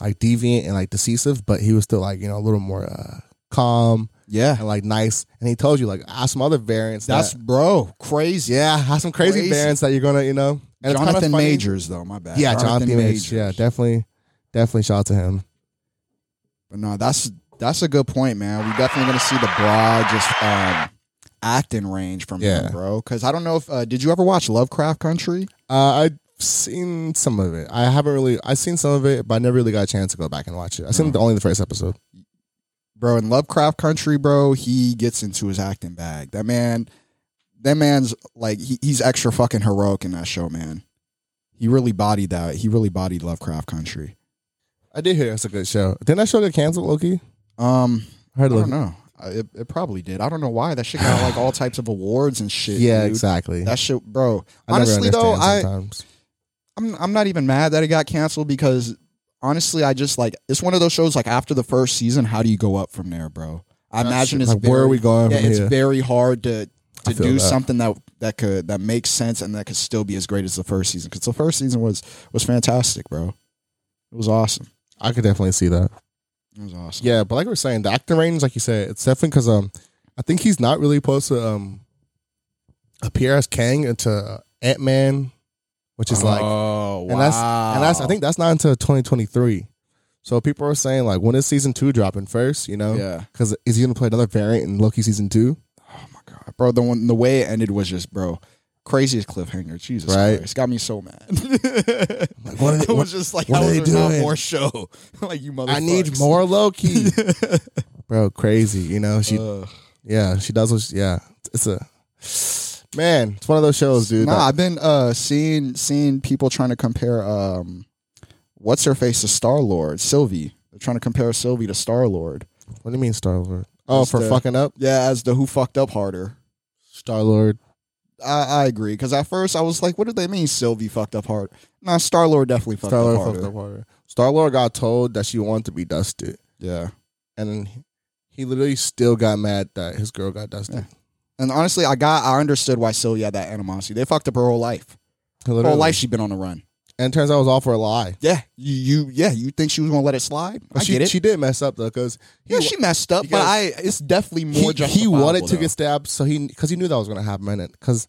B: like deviant and like decisive, but he was still like you know a little more uh calm
D: Yeah,
B: and like nice. And he told you like I have some other variants.
D: that's
B: that,
D: bro crazy.
B: yeah, have some crazy,
D: Crazy.
B: variants that you're gonna you know. And it's kinda
D: Jonathan
B: funny.
D: Majors though. My bad.
B: Yeah, Jonathan Majors. Yeah, definitely, definitely. Shout out to him.
D: But no, that's that's a good point, man. We definitely gonna see the broad just um, acting range from
B: Yeah.
D: him, bro. Because I don't know if uh, did you ever watch Lovecraft Country?
B: Uh, I've seen some of it. I haven't really. I've seen some of it, but I never really got a chance to go back and watch it. I seen the only the first episode.
D: bro. In Lovecraft Country, bro, he gets into his acting bag. That man, that man's like he, he's extra fucking heroic in that show, man. He really bodied that. He really bodied Lovecraft Country.
B: I did hear it's a good show. Didn't that show get canceled, Loki?
D: Um,
B: I heard
D: I
B: Loki.
D: don't know. I- It, it probably did. I don't know why that shit got like all types of awards and shit.
B: Yeah,
D: dude.
B: exactly.
D: That shit, bro.
B: I never
D: honestly, though,
B: understand
D: I
B: sometimes.
D: I'm I'm not even mad that it got canceled because honestly, I just like it's one of those shows. Like after the first season, how do you go up from there, bro? I imagine it's
B: like, where are
D: very-
B: we going
D: Yeah,
B: from
D: it's
B: here?
D: very hard to
B: I
D: to
B: feel
D: do
B: that.
D: something that that could that makes sense and that could still be as great as the first season because the first season was was fantastic, bro. It was awesome.
B: I could definitely see that.
D: It was awesome.
B: Yeah, but like we we're saying, the acting range, like you said, it's definitely because um, I think he's not really supposed to um appear as Kang into Ant Man, which is like
D: oh wow,
B: and that's and that's I think that's not until 2023. So people are saying like, when is season two dropping first? You know,
D: Yeah.
B: Because is he gonna play another variant in Loki season two?
D: bro. The one the way it ended was just bro. Craziest cliffhanger, Jesus
B: Right.
D: Christ, got me so mad. [laughs]
B: Like, what are
D: it
B: they,
D: was
B: what,
D: just like,
B: what
D: how
B: are
D: is
B: they
D: there not
B: doing?
D: More show, [laughs] like you motherfuckers.
B: I need more Loki, bro. Crazy, you know. She,
D: Ugh.
B: yeah, she does. What she, yeah, it's a man. It's one of those shows, dude.
D: Nah,
B: that-
D: I've been uh, seeing seeing people trying to compare um, what's her face to Star Lord, Sylvie. They're trying to compare Sylvie to Star Lord.
B: what do you mean, Star Lord? Oh,
D: Just,
B: for
D: uh,
B: fucking up,
D: Yeah, as the who fucked up harder.
B: Star Lord.
D: I, I agree because at first I was like, what do they mean Sylvie fucked up hard? Nah, Star Lord definitely fucked
B: Star
D: up
B: Lord
D: harder.
B: fucked up harder. Star Lord got told that she wanted to be dusted,
D: Yeah,
B: and then he- he literally still got mad that his girl got dusted.
D: and honestly, I got I understood why Sylvie had that animosity. They fucked up her whole life. Her
B: Literally.
D: whole life she been on the run.
B: and turns out it was all for a lie.
D: Yeah, you, you yeah, you think she was gonna let it slide?
B: But
D: I
B: she,
D: get it.
B: she did mess up though, because
D: yeah, she messed up, but I it's definitely more.
B: he, he wanted to get
D: justifiable,
B: stabbed, so he because he knew that was going to happen, and because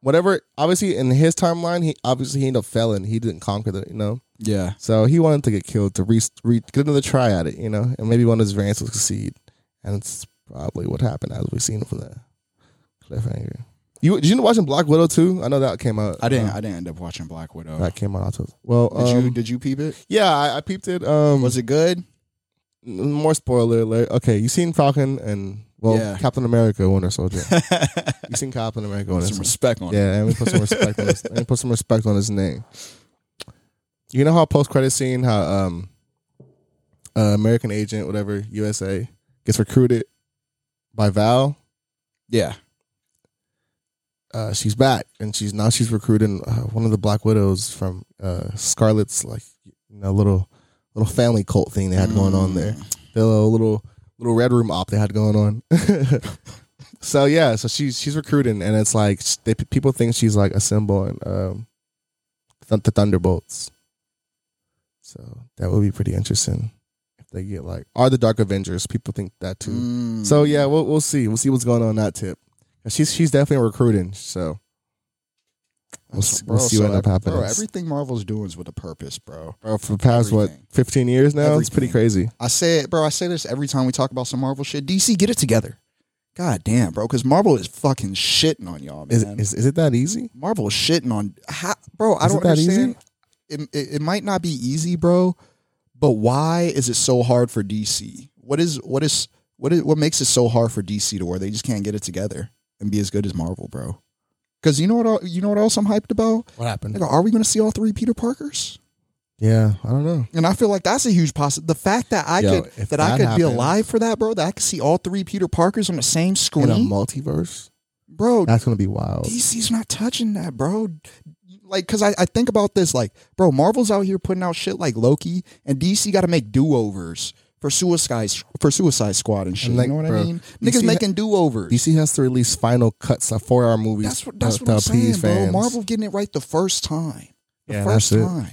B: whatever, obviously in his timeline, he obviously he ended up failing. He didn't conquer it, you know.
D: though. yeah.
B: So he wanted to get killed to re, re, get another try at it, you know, and maybe one of his variants will succeed, and it's probably what happened as we've seen from the cliffhanger. You did you watch Black Widow too? I know that came out.
D: I didn't.
B: uh,
D: I didn't end up watching Black Widow.
B: that came out. also. Well,
D: Did you?
B: um,
D: Did you peep it?
B: yeah, I, I peeped it. Um,
D: Was it good?
B: N- more spoiler alert. Okay, you seen Falcon and well
D: Yeah.
B: Captain America Winter
D: [laughs]
B: Soldier. you seen Captain America Winter
D: Some
B: Soldier.
D: respect on it.
B: Yeah, and we put some respect on his, and put some respect on his name. You know how post credit scene how um uh, American agent whatever USA gets recruited by Val.
D: Yeah.
B: Uh, she's back and she's now she's recruiting uh, one of the Black Widows from uh, Scarlet's like you know little little family cult thing they had going on there. the little little, little red room op they had going on. [laughs] so yeah, so she's she's recruiting, and it's like sh- they, people think she's like a symbol and um, th- the Thunderbolts. So that would be pretty interesting if they get like are the Dark Avengers. People think that too.
D: Mm.
B: So yeah, we'll we'll see. We'll see what's going on in that tip. And She's she's definitely recruiting. So we'll, s-
D: Bro,
B: we'll see
D: so
B: what end up
D: ev-
B: happening.
D: Bro, everything Marvel's doing is with a purpose, bro.
B: Bro, for the past
D: everything.
B: what fifteen years now, it's pretty
D: Everything.
B: crazy.
D: I say it, bro. I say this every time we talk about some Marvel shit. DC, get it together. God damn, bro. Because Marvel is fucking shitting on y'all, man.
B: Is, is is it that easy?
D: Marvel is shitting on how, bro. I
B: Is it
D: don't
B: that easy?
D: understand. It, it, it might not be easy, bro, but why is it so hard for DC? What is what is what is what makes it so hard for DC to where they just can't get it together and be as good as Marvel, bro? Because you know what el- you know what else I'm hyped about?
B: What happened?
D: Nigga, are we going to see all three Peter Parkers?
B: Yeah, I don't know.
D: And I feel like that's a huge possibility. The fact that I
B: Yo,
D: could
B: if
D: that,
B: that
D: I could be
B: happens-
D: alive for that, bro. That I could see all three Peter Parkers on the same
B: In a
D: screen,
B: multiverse,
D: bro.
B: that's gonna be wild.
D: DC's not touching that, bro. Like, cause I, I think about this, like, bro, Marvel's out here putting out shit like Loki, and DC got to make do overs for Suicide for Suicide Squad and shit.
B: And, like,
D: you know what I
B: bro,
D: mean?
B: DC
D: Niggas making do overs.
B: DC has to release final cuts of four-hour movies.
D: That's what that's
B: to-
D: what I'm
B: to appease
D: saying, bro.
B: fans.
D: Marvel getting it right the first time, the
B: Yeah,
D: first
B: that's it.
D: time,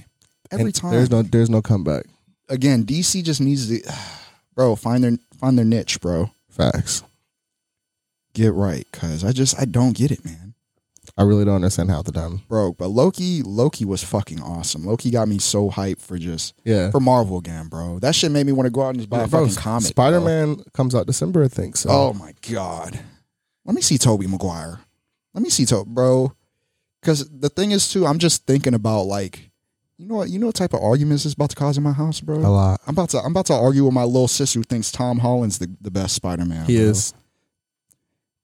D: every
B: And
D: time.
B: There's no, there's no comeback.
D: Again, DC just needs to, [sighs] bro, find their find their niche, bro.
B: Facts.
D: Get right, cause I just I don't get it, man.
B: I really don't understand how to done.
D: Bro, but Loki, Loki was fucking awesome. Loki got me so hyped for just
B: Yeah,
D: for Marvel again, bro. That shit made me want to go out and just buy a
B: Bro,
D: fucking comic. bro.
B: Spider-Man uh, comes out December, I think. So
D: Oh my god. Let me see Toby Maguire. Let me see Toby, bro. Cause the thing is too, I'm just thinking about like, you know what, you know what type of arguments this about to cause in my house, bro?
B: a lot.
D: I'm about to I'm about to argue with my little sister who thinks Tom Holland's the, the best Spider Man.
B: He is.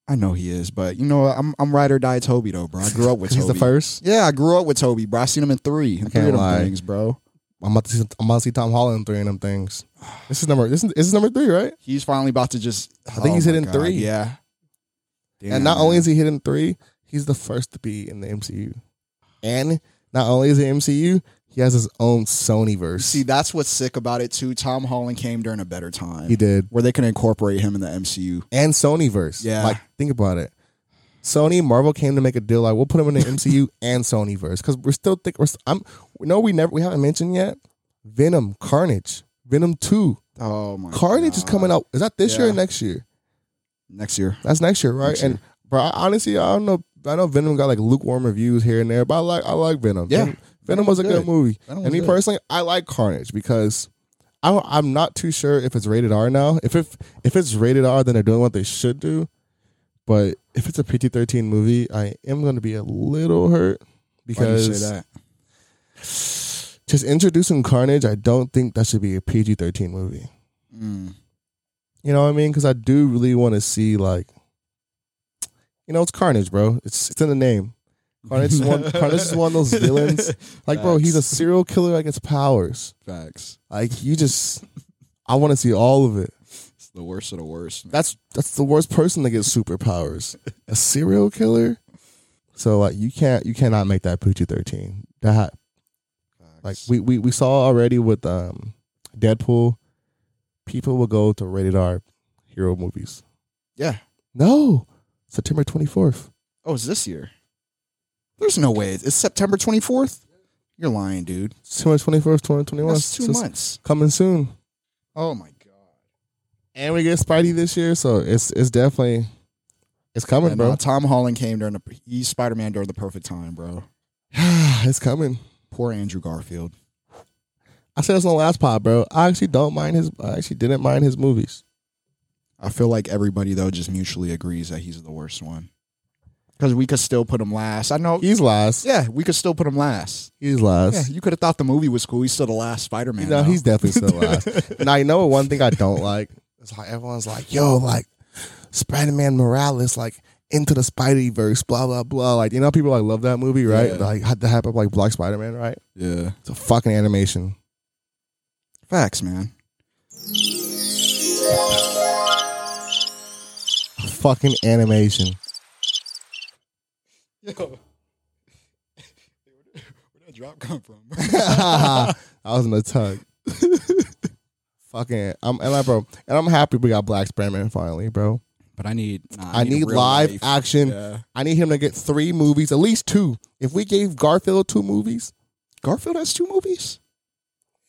D: I know he is, but you know what? I'm I'm ride or die Toby though, bro. I grew up with Toby.
B: [laughs] He's the first.
D: Yeah, I grew up with Toby, bro. I seen him in three. in three
B: can't
D: of them
B: lie.
D: things, bro.
B: I'm about to see. I'm about to see Tom Holland in three of them things. This is number. This is, this is number three, right?
D: He's finally about to just I
B: think he's hitting three.
D: Yeah.
B: and not
D: Damn,
B: only
D: man.
B: is he hitting three, he's the first to be in the MCU. And not only is he MCU, he has his own Sony verse.
D: See, that's what's sick about it too. Tom Holland came during a better time.
B: He did.
D: Where they can incorporate him in the MCU.
B: and Sony verse.
D: Yeah.
B: Like, think about it. Sony, Marvel came to make a deal. Like, we'll put them in the
D: [laughs]
B: MCU and Sony verse because we're still think we're. st- I'm no, we never we haven't mentioned yet. Venom, Carnage, Venom Two,
D: Oh my
B: Carnage is
D: God.
B: coming out. Is that this year
D: Yeah.
B: or next year?
D: next year.
B: That's next year, right?
D: Next
B: and bro, I, honestly, I don't know. I know Venom got like lukewarm reviews here and there, but I like I like Venom.
D: Yeah.
B: Venom, Venom was a good, movie. and
D: Venom was
B: me
D: good.
B: personally, I like Carnage because I don't, I'm not too sure if it's rated R now. If if if it's rated R, then they're doing what they should do. But if it's a PG-13 movie, I am going to be a little hurt
D: Why do you say
B: because
D: that?
B: just introducing Carnage, I don't think that should be a PG-13 movie.
D: Mm.
B: You know what I mean? Because I do really want to see like, you know, it's Carnage, bro. It's it's in the name. Carnage is one. Carnage is one of those
D: [laughs]
B: villains. Like, bro, he's a
D: Facts.
B: serial killer that gets powers.
D: Facts.
B: Like, you just, I want to see all of it.
D: It's the worst of the worst. man.
B: That's that's the worst person that gets superpowers. A serial killer. So like, you can't you cannot make that PG thirteen. That like we, we we saw already with um Deadpool, people will go to rated R hero movies.
D: Yeah.
B: No, September 24th.
D: Oh, it's this year. There's no way. It's September 24th. You're lying, dude.
B: It's September 21st, 2021.
D: That's two
B: It's just
D: months.
B: Coming soon.
D: Oh my god.
B: And we get Spidey this year, so it's it's definitely it's coming,
D: And,
B: bro.
D: uh, Tom Holland came during the he's Spider Man during the perfect time, bro.
B: [laughs] it's coming.
D: Poor Andrew Garfield.
B: I said this on the last pod, bro. I actually don't mind his. I actually didn't mind his movies.
D: I feel like everybody though just mutually agrees that he's the worst one. Because we could still put him last. I know.
B: He's last.
D: Yeah, we could still put him last.
B: He's
D: Yeah,
B: last.
D: you could have thought the movie was cool. He's still the last Spider Man.
B: no, he's definitely
D: [laughs]
B: still last. now you know what one thing I don't like. It's like everyone's like, yo, like Spider Man Morales, like into the Spidey verse, blah blah blah. Like you know, people like love that movie, right?
D: Yeah.
B: Like had the hype up like Black Spider Man, right?
D: yeah.
B: It's a fucking animation.
D: Facts, man.
B: A fucking
D: [laughs]
B: animation. [laughs]
D: Where'd that drop come from? [laughs]
B: I was in the tug. Fucking, I'm and I, bro, and I'm happy we got Black Spider-Man finally, bro.
D: but I need. nah,
B: I, need,
D: real
B: live
D: life.
B: action.
D: Yeah.
B: I need him to get three movies, at least two. If we gave Garfield two movies,
D: Garfield has two movies.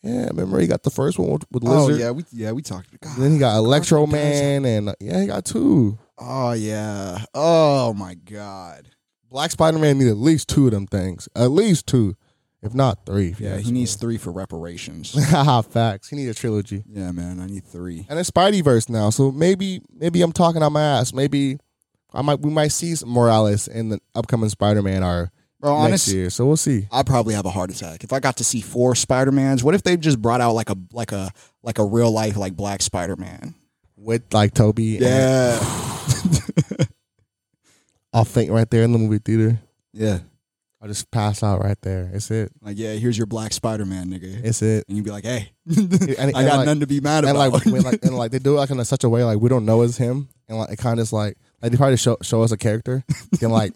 B: yeah, remember he got the first one with, with Lizard.
D: Oh yeah, we yeah we talked. God.
B: Then he got Electro
D: Garfield does
B: Man, and uh, yeah, he got two.
D: Oh yeah. Oh my god.
B: Black Spider-Man need at least two of them things, at least two, if not three. if you
D: Yeah,
B: ask [laughs]
D: he
B: me.
D: needs three
B: [laughs]
D: for reparations.
B: facts. He need a trilogy.
D: yeah, man, I need three.
B: and it's Spideyverse now. So maybe maybe I'm talking out my ass. Maybe I might we might see some Morales in the upcoming Spider Man or
D: Bro,
B: next
D: honestly,
B: year. So we'll see.
D: I'd probably have a heart attack if I got to see four Spider Mans. What if they just brought out like a like a like a real life like Black Spider Man?
B: With like Toby, and
D: Yeah,
B: I'll faint right there in the movie theater.
D: yeah.
B: I'll just pass out right there. It's it.
D: [sighs] Like yeah, here's your Black Spider Man, nigga.
B: It's it.
D: and you'd be like, hey, [laughs]
B: and
D: I got
B: like-
D: nothing to be mad
B: And
D: about.
B: like,
D: [laughs]
B: we- like and like they do it like in a, such a way like we don't know it's him, and like it kind of is like like they probably show show us a character, and
D: [laughs]
B: like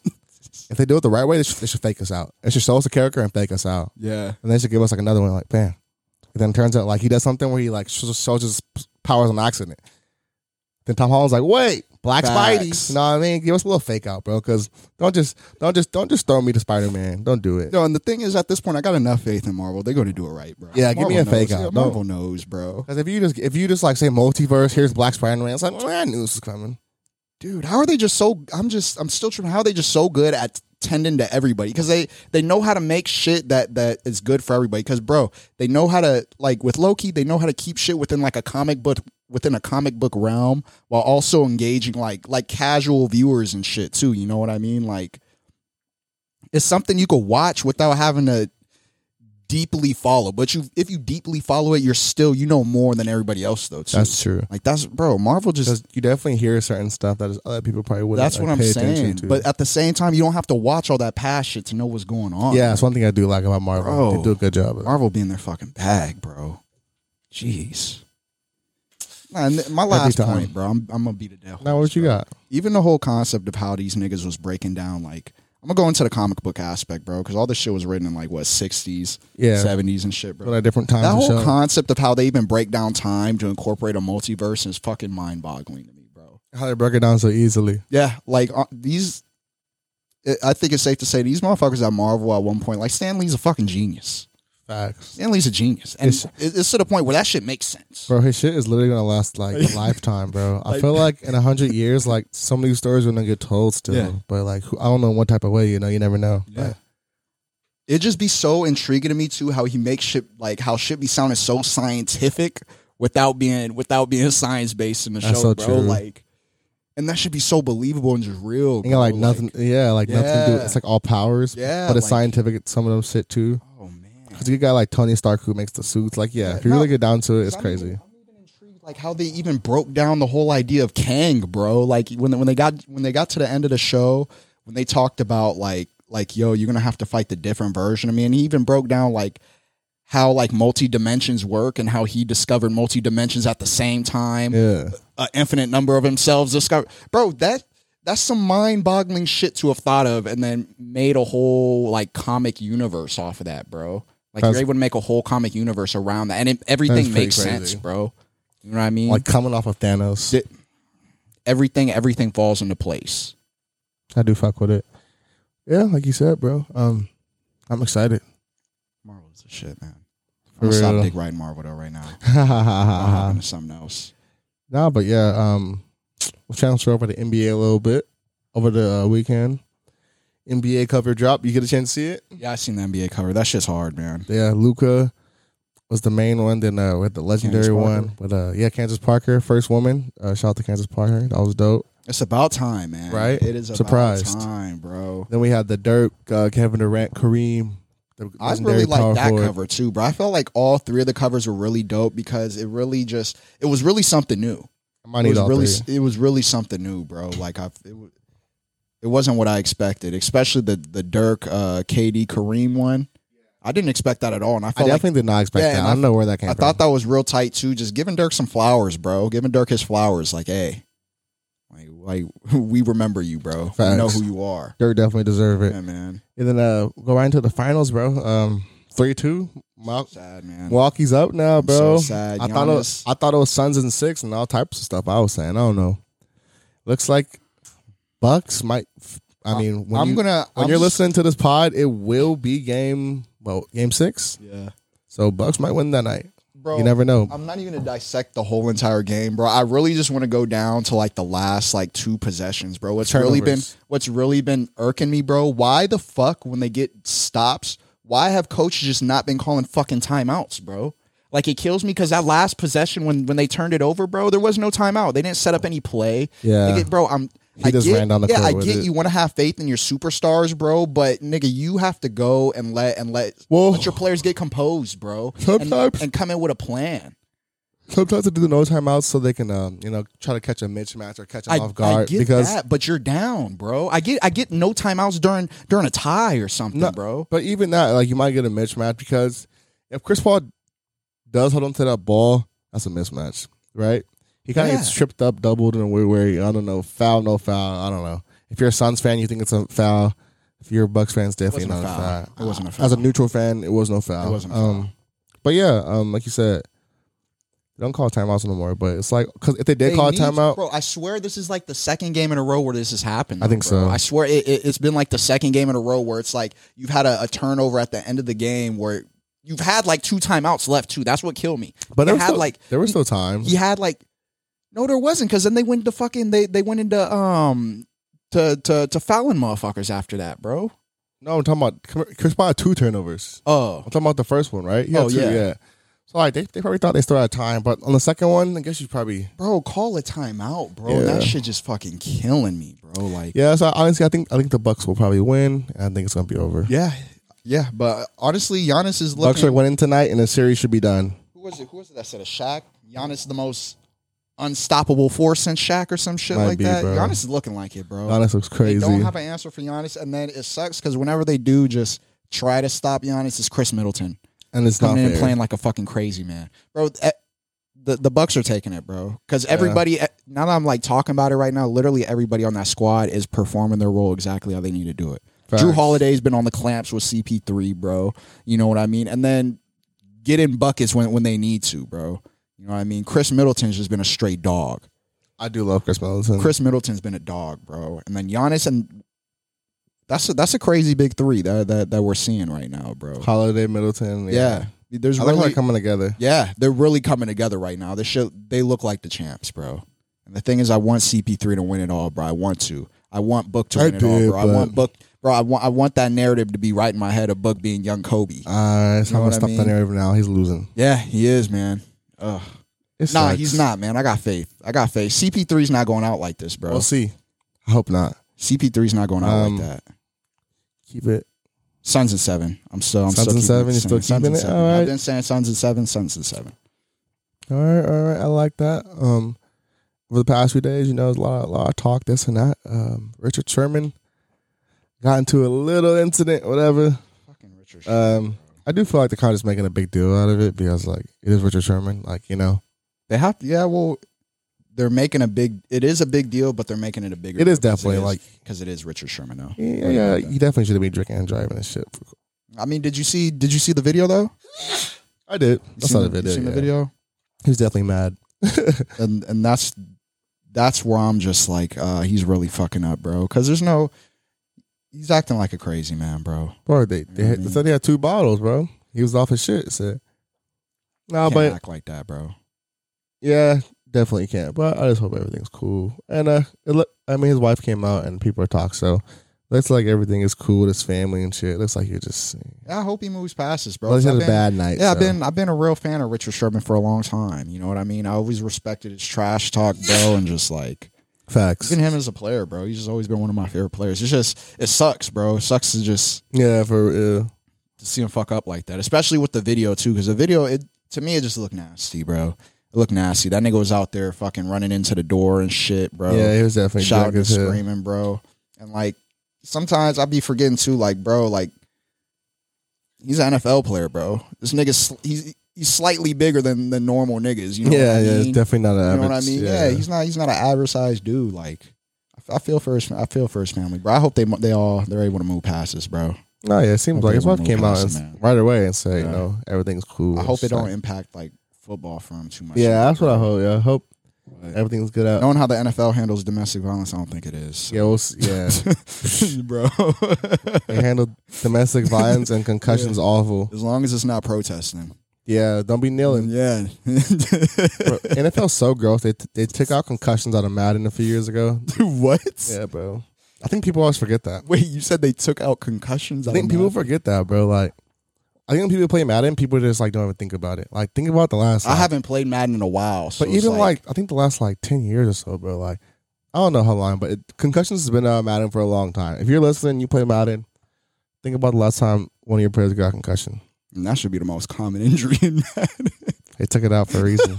B: if they do it the right way, they should, they should fake us out. They should show us a character and fake us out.
D: yeah,
B: and they should give us like another one. Like, bam. And then it turns out like he does something where he like sh- sh- shows his p- powers on accident. Then Tom Holland's like, wait, Black
D: Facts.
B: Spidey. You know what I mean? Give us a little fake out, bro. Because don't just don't just don't just throw me to Spider Man. Don't do it.
D: No, and the thing is, at this point, I got enough faith in Marvel. They're going to do it right, bro.
B: Yeah, give me
D: Marvel
B: a fake
D: knows.
B: out.
D: Yeah,
B: No.
D: Marvel knows, bro.
B: Because if you just if you just like say multiverse, here's Black Spider Man. It's like, man, I knew this was coming.
D: Dude, how are they just so? I'm just, I'm still trying. How are they just so good at tending to everybody? Because they they know how to make shit that that is good for everybody. Because bro, they know how to like with Loki, they know how to keep shit within like a comic book within a comic book realm while also engaging like like casual viewers and shit too. You know what I mean? Like, it's something you could watch without having to deeply follow. But you, if you deeply follow it, you're still you know more than everybody else though. Too.
B: That's true.
D: like that's bro. Marvel just
B: Because you definitely hear certain stuff that is other people probably wouldn't.
D: that's
B: like,
D: what I'm
B: pay attention
D: saying.
B: to.
D: But at the same time, you don't have to watch all that past shit to know what's going on.
B: yeah, that's one thing I do like about Marvel.
D: Bro.
B: They do a good job. Of it.
D: Marvel be in their fucking bag, bro. Jeez. Nah, and th- my
B: Every
D: last
B: time.
D: point, bro. I'm, I'm gonna beat it down.
B: Now what you got?
D: Even the whole concept of how these niggas was breaking down, like I'm gonna go into the comic book aspect, bro, because all this shit was written in like what 60s,
B: Yeah.
D: 70s and shit, bro.
B: But at different times.
D: That
B: and
D: whole
B: show.
D: concept of how they even break down time to incorporate a multiverse is fucking mind boggling to me, bro.
B: how they broke it down so easily.
D: Yeah, like uh, these. I- I think it's safe to say these motherfuckers at Marvel at one point, like Stan Lee's a fucking genius.
B: Facts.
D: Stan Lee's a genius, and it's, it's to the point where that shit makes sense.
B: Bro, his shit is literally gonna last like
D: [laughs]
B: a lifetime, bro. I feel like in a hundred years, like some of these stories are gonna get told still.
D: Yeah.
B: But like, who- I don't know what type of way, you know, you never know. Like,
D: It'd just be so intriguing to me too how he makes shit like how shit be sounding so scientific without being without being science based in the
B: That's
D: show,
B: so
D: bro.
B: true.
D: Like, and that should be so believable and just real.
B: you got
D: bro.
B: like nothing, yeah, like nothing to do.
D: Yeah.
B: It's like all powers,
D: Yeah,
B: But it's
D: like-
B: scientific. Some of them shit too.
D: oh man,
B: Cause you got like Tony Stark who makes the suits. Like, yeah, if you really
D: no,
B: get down to it, it's
D: I'm
B: crazy.
D: even- I'm even intrigued, Like how they even broke down the whole idea of Kang, bro. Like when when they got when they got to the end of the show, when they talked about like like yo, you're gonna have to fight the different version of me, and he even broke down like how like multi dimensions work and how he discovered multi dimensions at the same time.
B: Yeah,
D: An infinite number of himself discovered, bro. That that's some mind boggling shit to have thought of, and then made a whole like comic universe off of that, bro. Like
B: That's-
D: you're able to make a whole comic universe around that, and it,
B: That's
D: everything
B: pretty
D: makes sense,
B: crazy.
D: bro. You know what I mean?
B: like coming off of Thanos,
D: Di- everything, everything falls into place.
B: I do fuck with it. Yeah, like you said, bro. Um, I'm excited. [laughs]
D: albums and shit, man.
B: For
D: I'm gonna stop
B: real.
D: dick riding Marvel though right now. I'm
B: no,
D: hopping to something else.
B: but yeah, um, we'll transfer over to NBA a little bit over the uh, weekend. NBA cover drop. You get a chance to see it?
D: Yeah, I seen the NBA cover. That shit's hard, man.
B: Yeah, Luca was the main one. Then uh, with the legendary
D: Parker.
B: one, with uh, yeah, Kansas Parker, first woman. Uh, shout out to Kansas Parker. That was dope.
D: It's about time, man.
B: Right?
D: It is about
B: Surprised.
D: time, bro.
B: Then we had the Dirk, uh, Kevin Durant, Kareem. The
D: I
B: legendary
D: really like
B: power
D: that
B: forward.
D: cover too, bro. I felt like all three of the covers were really dope because it really just it was really something new.
B: I might
D: it
B: need
D: was
B: all
D: really
B: three.
D: it was really something new, bro. Like I, it, wa- it wasn't what I expected, especially the the Dirk, uh, KD, Kareem one. I didn't expect that at all, and I
B: I
D: felt like
B: definitely did not expect
D: Yeah,
B: that.
D: and
B: I
D: I-
B: don't know where that came
D: I
B: from.
D: thought that was real tight too. Just giving Dirk some flowers, bro. Giving Dirk his flowers, like hey, like like [laughs] we remember you, bro. We know
B: Facts.
D: who you are.
B: Dirk definitely deserved it.
D: Yeah, man.
B: And then uh, go right into the finals, bro. Um, three two.
D: Sad man.
B: Milwaukee's up now,
D: I'm
B: bro.
D: so sad.
B: I thought it was,
D: Giannis-
B: I thought it was Suns and six and all types of stuff. I was saying, I don't know. Looks like Bucks might. I mean, when
D: I'm
B: you,
D: gonna
B: when
D: I'm
B: you're
D: s-
B: listening to this pod, it will be game well game six.
D: Yeah,
B: So Bucks might win that night.
D: bro.
B: you never know.
D: I'm not even gonna dissect the whole entire game, bro. I really just want to go down to like the last like two possessions, bro. What's really been
B: Turnovers.
D: what's really been irking me, bro? Why the fuck when they get stops? Why have coaches just not been calling fucking timeouts, bro? Like it kills me because that last possession when when they turned it over, bro, there was no timeout. They didn't set up any play.
B: Yeah.
D: Nigga, bro. I'm.
B: He
D: I
B: just
D: get,
B: ran down the
D: yeah,
B: court
D: I
B: with
D: get
B: it.
D: you want to have faith in your superstars, bro, but nigga, you have to go and let and let
B: Well-
D: let your players get composed, bro. and-
B: Sometimes-
D: and come in with a plan.
B: Sometimes they do the no timeouts so they can, um, you know, try to catch a mismatch or catch them off guard
D: get
B: because
D: that, but you're down, bro. I get I get no timeouts during during a tie or something,
B: No,
D: bro.
B: But even that, like you might get a mismatch because if Chris Paul does hold on to that ball, that's a mismatch, right? He kind of
D: Yeah.
B: gets tripped up, doubled in a weird way. I don't know, foul, no foul. I don't know. If you're a Suns fan, you think it's a foul. If you're a Bucks fan, it's definitely
D: wasn't
B: not
D: a
B: a
D: foul.
B: foul.
D: It wasn't a
B: As a
D: foul.
B: neutral fan, it was no foul.
D: It wasn't a
B: Um, but yeah, um, like you said, they don't call timeouts no more. But it's like because if they did
D: They
B: call a
D: need-
B: timeout,
D: bro. I swear this is like the second game in a row where this has happened.
B: I think
D: bro.
B: so.
D: I swear it, it, it's been like the second game in a row where it's like you've had a, a turnover at the end of the game where you've had like two timeouts left too. That's what killed me.
B: but
D: it
B: there was
D: had
B: still,
D: like
B: there was still time.
D: he had like no there wasn't because then they went to fucking they they went into um to to to fouling motherfuckers after that bro
B: No, I'm talking about Chris Paul had two turnovers.
D: oh
B: I'm talking about the first one, right? He had
D: Oh,
B: two,
D: yeah.
B: So like they, they probably thought they still had time, but on the second one, I guess you probably
D: bro call a timeout bro
B: Yeah.
D: that shit just fucking killing me bro like
B: yeah. So honestly, I think I think the Bucks will probably win. And I think it's gonna be over.
D: yeah yeah but honestly Giannis is
B: Bucks
D: looking
B: are winning tonight, and the series should be done.
D: who was it who was it that said a Shaq Giannis the most unstoppable force since Shaq or some shit
B: Might
D: like
B: be,
D: that
B: bro.
D: Giannis is looking like it bro
B: Honest looks
D: they
B: crazy.
D: don't have an answer for Giannis and then it sucks because whenever they do just try to stop Giannis it's Chris Middleton
B: and it's not
D: coming in and
B: fair.
D: playing like a fucking crazy man, bro. eh, The the Bucks are taking it, bro. Because everybody eh, now that I'm like talking about it right now, literally everybody on that squad is performing their role exactly how they need to do it. Drew
B: Facts.
D: Holiday's been on the clamps with CP3, bro. You know what I mean? And then get in buckets when when they need to, bro. You know what I mean? Chris Middleton's just been a straight dog.
B: I do love Chris Middleton.
D: Chris Middleton's been a dog, bro. And then Giannis and that's a, that's a crazy big three that, that that we're seeing right now, bro.
B: Holiday Middleton.
D: Yeah, there's
B: I like
D: really
B: how they're coming together.
D: yeah, they're really coming together right now. They should they look like the champs, bro. And the thing is I want CP3 to win it all, bro. I want to. I want Book to
B: I
D: win it all,
B: did,
D: bro. I
B: but-
D: want Book bro, I want I want that narrative to be right in my head of Book being young
B: Uh,
D: Kobe.
B: so
D: know
B: I'm
D: what
B: gonna
D: I
B: stop
D: mean?
B: that narrative now. He's losing.
D: yeah, he is, man. Ugh.
B: It
D: Nah,
B: sucks.
D: he's not, man. I got faith. I got faith. CP3's not going out like this, bro.
B: We'll see. I hope not.
D: CP3's not going out
B: Um,
D: like that.
B: Keep it.
D: Suns and seven. I'm still. I'm
B: Suns
D: still
B: and seven?
D: keeping it
B: You
D: the
B: still
D: same. Suns
B: keeping
D: and
B: it?
D: seven.
B: All
D: I've
B: right.
D: been saying Suns and seven. Suns and seven.
B: All right, all right. I like that. Um, over the past few days, you know, there's a lot, a lot of talk, this and that. Um, Richard Sherman got into a little incident, whatever.
D: Fucking Richard.
B: Um, I do feel like the crowd is making a big deal out of it because, like, it is Richard Sherman. Like, you know,
D: They have to, yeah, well, they're making a big, it is a big deal, but they're making it a bigger
B: It is definitely, like-
D: because it is Richard Sherman though.
B: yeah, yeah, you definitely should have been drinking and driving and shit.
D: I mean, did you see, did you see the video though?
B: I did.
D: You
B: That's
D: seen
B: not a
D: the- you
B: video.
D: seen the
B: yeah.
D: video?
B: He was definitely mad.
D: And, and that's, that's where I'm just like, uh, he's really fucking up, bro. Cause there's no, he's acting like a crazy man, bro.
B: Bro, they, they,
D: Yeah, I
B: had- they
D: mean-
B: said he had two bottles, bro. He was off his shit. So no,
D: Can't
B: but
D: act like that, bro.
B: yeah, definitely can't. But I just hope everything's cool. And uh, it look, I mean, his wife came out and people are talking. So looks like everything is cool with his family and shit. Looks like you're just.
D: I hope he moves past this, bro.
B: Well, he's
D: I've
B: had a
D: been-
B: bad night.
D: Yeah,
B: so.
D: I've been I've been a real fan of Richard Sherman for a long time. You know what I mean? I always respected his trash talk, bro, and just like
B: facts.
D: even him as a player, bro. He's just always been one of my favorite players. It's just it sucks, bro. It sucks to just
B: Yeah, for real.
D: to see him fuck up like that, especially with the video too, because the video it to me it just looked nasty, bro. It looked nasty. That nigga was out there fucking running into the door and shit, bro.
B: yeah, he was definitely drunk
D: shouting and
B: as hell.
D: screaming, bro. And like sometimes I be forgetting too, like bro, like he's an NFL player, bro. This nigga, sl- he's he's slightly bigger than the normal niggas. You
B: [laughs]
D: know
B: yeah,
D: what I
B: yeah, it's
D: mean?
B: definitely not an
D: You
B: average.
D: know what I mean? Yeah. he's not he's not an average sized dude. Like I f- I feel for his I feel for his family, bro. I hope they mo- they all they're able to move past this, bro.
B: no, yeah, it seems
D: Hope
B: like
D: they
B: his
D: don't
B: wife came
D: move
B: out
D: past
B: and
D: it,
B: s-
D: man.
B: right away and say, you
D: Yeah.
B: know, everything's cool.
D: I hope it
B: It's
D: don't
B: like-
D: impact like football for him too much.
B: Yeah, that's what I hope. Yeah, I hope
D: But
B: everything's good out.
D: Knowing how the NFL handles domestic violence, I don't think it is.
B: Yeah, we'll s- yeah.
D: [laughs]
B: [laughs]
D: bro. [laughs]
B: they handle domestic violence and concussions awful.
D: as long as it's not protesting.
B: Yeah, don't be kneeling.
D: Yeah. [laughs]
B: Bro, NFL's so gross. They t- they took out concussions out of Madden a few years
D: [laughs]
B: ago.
D: what?
B: Yeah, bro. I think people always forget that.
D: Wait, you said they took out concussions?
B: I think people forget that, bro. Like, I think when people play Madden, people just like don't even think about it. Like, think about the last.
D: I
B: like,
D: haven't played Madden in a while. So
B: But
D: it's
B: even like, I think the last like ten years or so, bro. Like I don't know how long, but it, concussions has been uh, Madden for a long time. If you're listening, you play Madden. Think about the last time one of your players got a concussion.
D: And that should be the most common [laughs] injury in Madden. [laughs]
B: They took it out for a reason.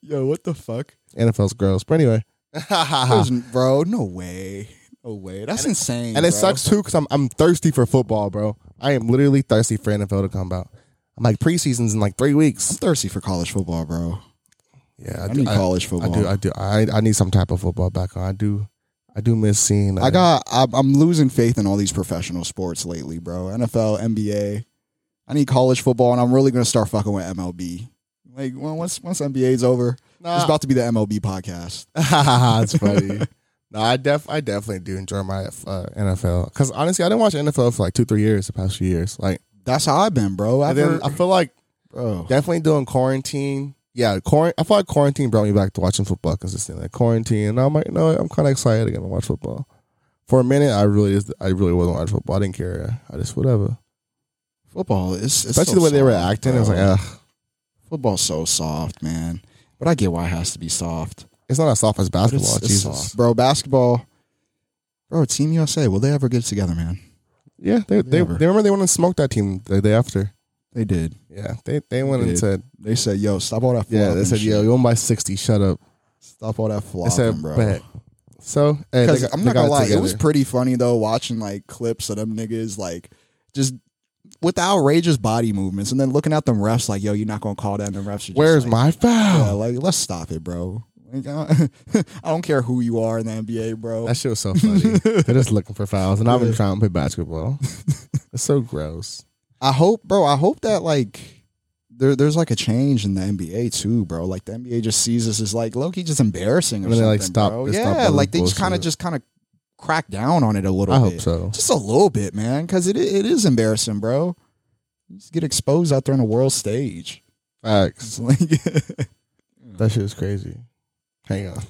D: Yo, what the fuck,
B: NFL's gross, but
D: [laughs]
B: anyway.
D: There's- bro? No way, no way. That's insane.
B: Uh-huh. and it
D: bro.
B: sucks too because I'm I'm thirsty for football, bro. I am literally thirsty for NFL to come out. I'm like preseason's in like three
D: I'm
B: weeks.
D: thirsty for college football, bro.
B: Yeah,
D: I,
B: do-
D: need college football.
B: I do. I do. I I need some type of football back on. I do. I do miss seeing. uh, [laughs]
D: I got. I'm I'm losing faith in all these professional sports lately, bro. NFL, NBA. I need college football, and I'm really gonna start fucking with MLB. Like when- once once NBA's over, it's about to be the MLB podcast. [laughs]
B: That's funny. no, I def I definitely do enjoy my uh, NFL because honestly, I didn't watch NFL for like two, three years. The past few years, like,
D: That's how I've been, bro. I've
B: and then
D: heard-
B: I feel like
D: bro.
B: definitely doing quarantine. Yeah, quarant- I feel like quarantine brought me back to watching football consistently. Like quarantine, and I'm like, you know, what? I'm kind of excited again to watch football. For a minute, I really just, I really wasn't watching football. I didn't care. I just whatever.
D: football is it's
B: Especially
D: so
B: the way they were
D: soft,
B: acting, it was
D: bro.
B: like, uh, ugh,
D: football's so soft, man. But I get why it has to be soft.
B: it's not as soft as
D: But
B: basketball.
D: it's, it's
B: Jesus,
D: soft, bro. Basketball, bro. Team USA, will they ever get it together, man?
B: yeah, they they, they
D: Never.
B: remember they went and smoked that team the day after.
D: They did.
B: Yeah, they they went and
D: Dude.
B: said,
D: They said, "Yo, stop all that."
B: yeah, they
D: flopping
B: said,
D: shit.
B: yo, you won by sixty. Shut up.
D: stop all that
B: It's a
D: flopping, bro."
B: bet. So hey,
D: Because
B: they got-
D: I'm
B: they
D: not
B: got
D: gonna lie, it
B: together.
D: was pretty funny though watching like clips of them niggas like just with the outrageous body movements, and then looking at them refs like, "Yo, you're not gonna call that." And the refs, are just
B: Where's
D: like,
B: my
D: Yeah,
B: foul?
D: like let's stop it, bro. [laughs] Like, I I don't care who you are in the NBA, bro.
B: that shit was so funny. They're just looking for fouls, and I've been
D: Oh. Yeah.
B: trying to play basketball. it's so gross.
D: I hope, bro. I hope that like there, there's like a change in the NBA too, bro. Like the NBA just sees this as like Loki just embarrassing, or
B: And then they, like,
D: something,
B: stop-
D: bro.
B: they stop
D: yeah,
B: all
D: like
B: this
D: they just kind of
B: bullshit.
D: just kind of crack down on it a little.
B: I
D: bit.
B: hope so.
D: just a little bit, man, because it it is embarrassing, bro. You just get exposed out there on the world stage. [laughs]
B: Facts.
D: It's like
B: That shit is crazy. Hang on.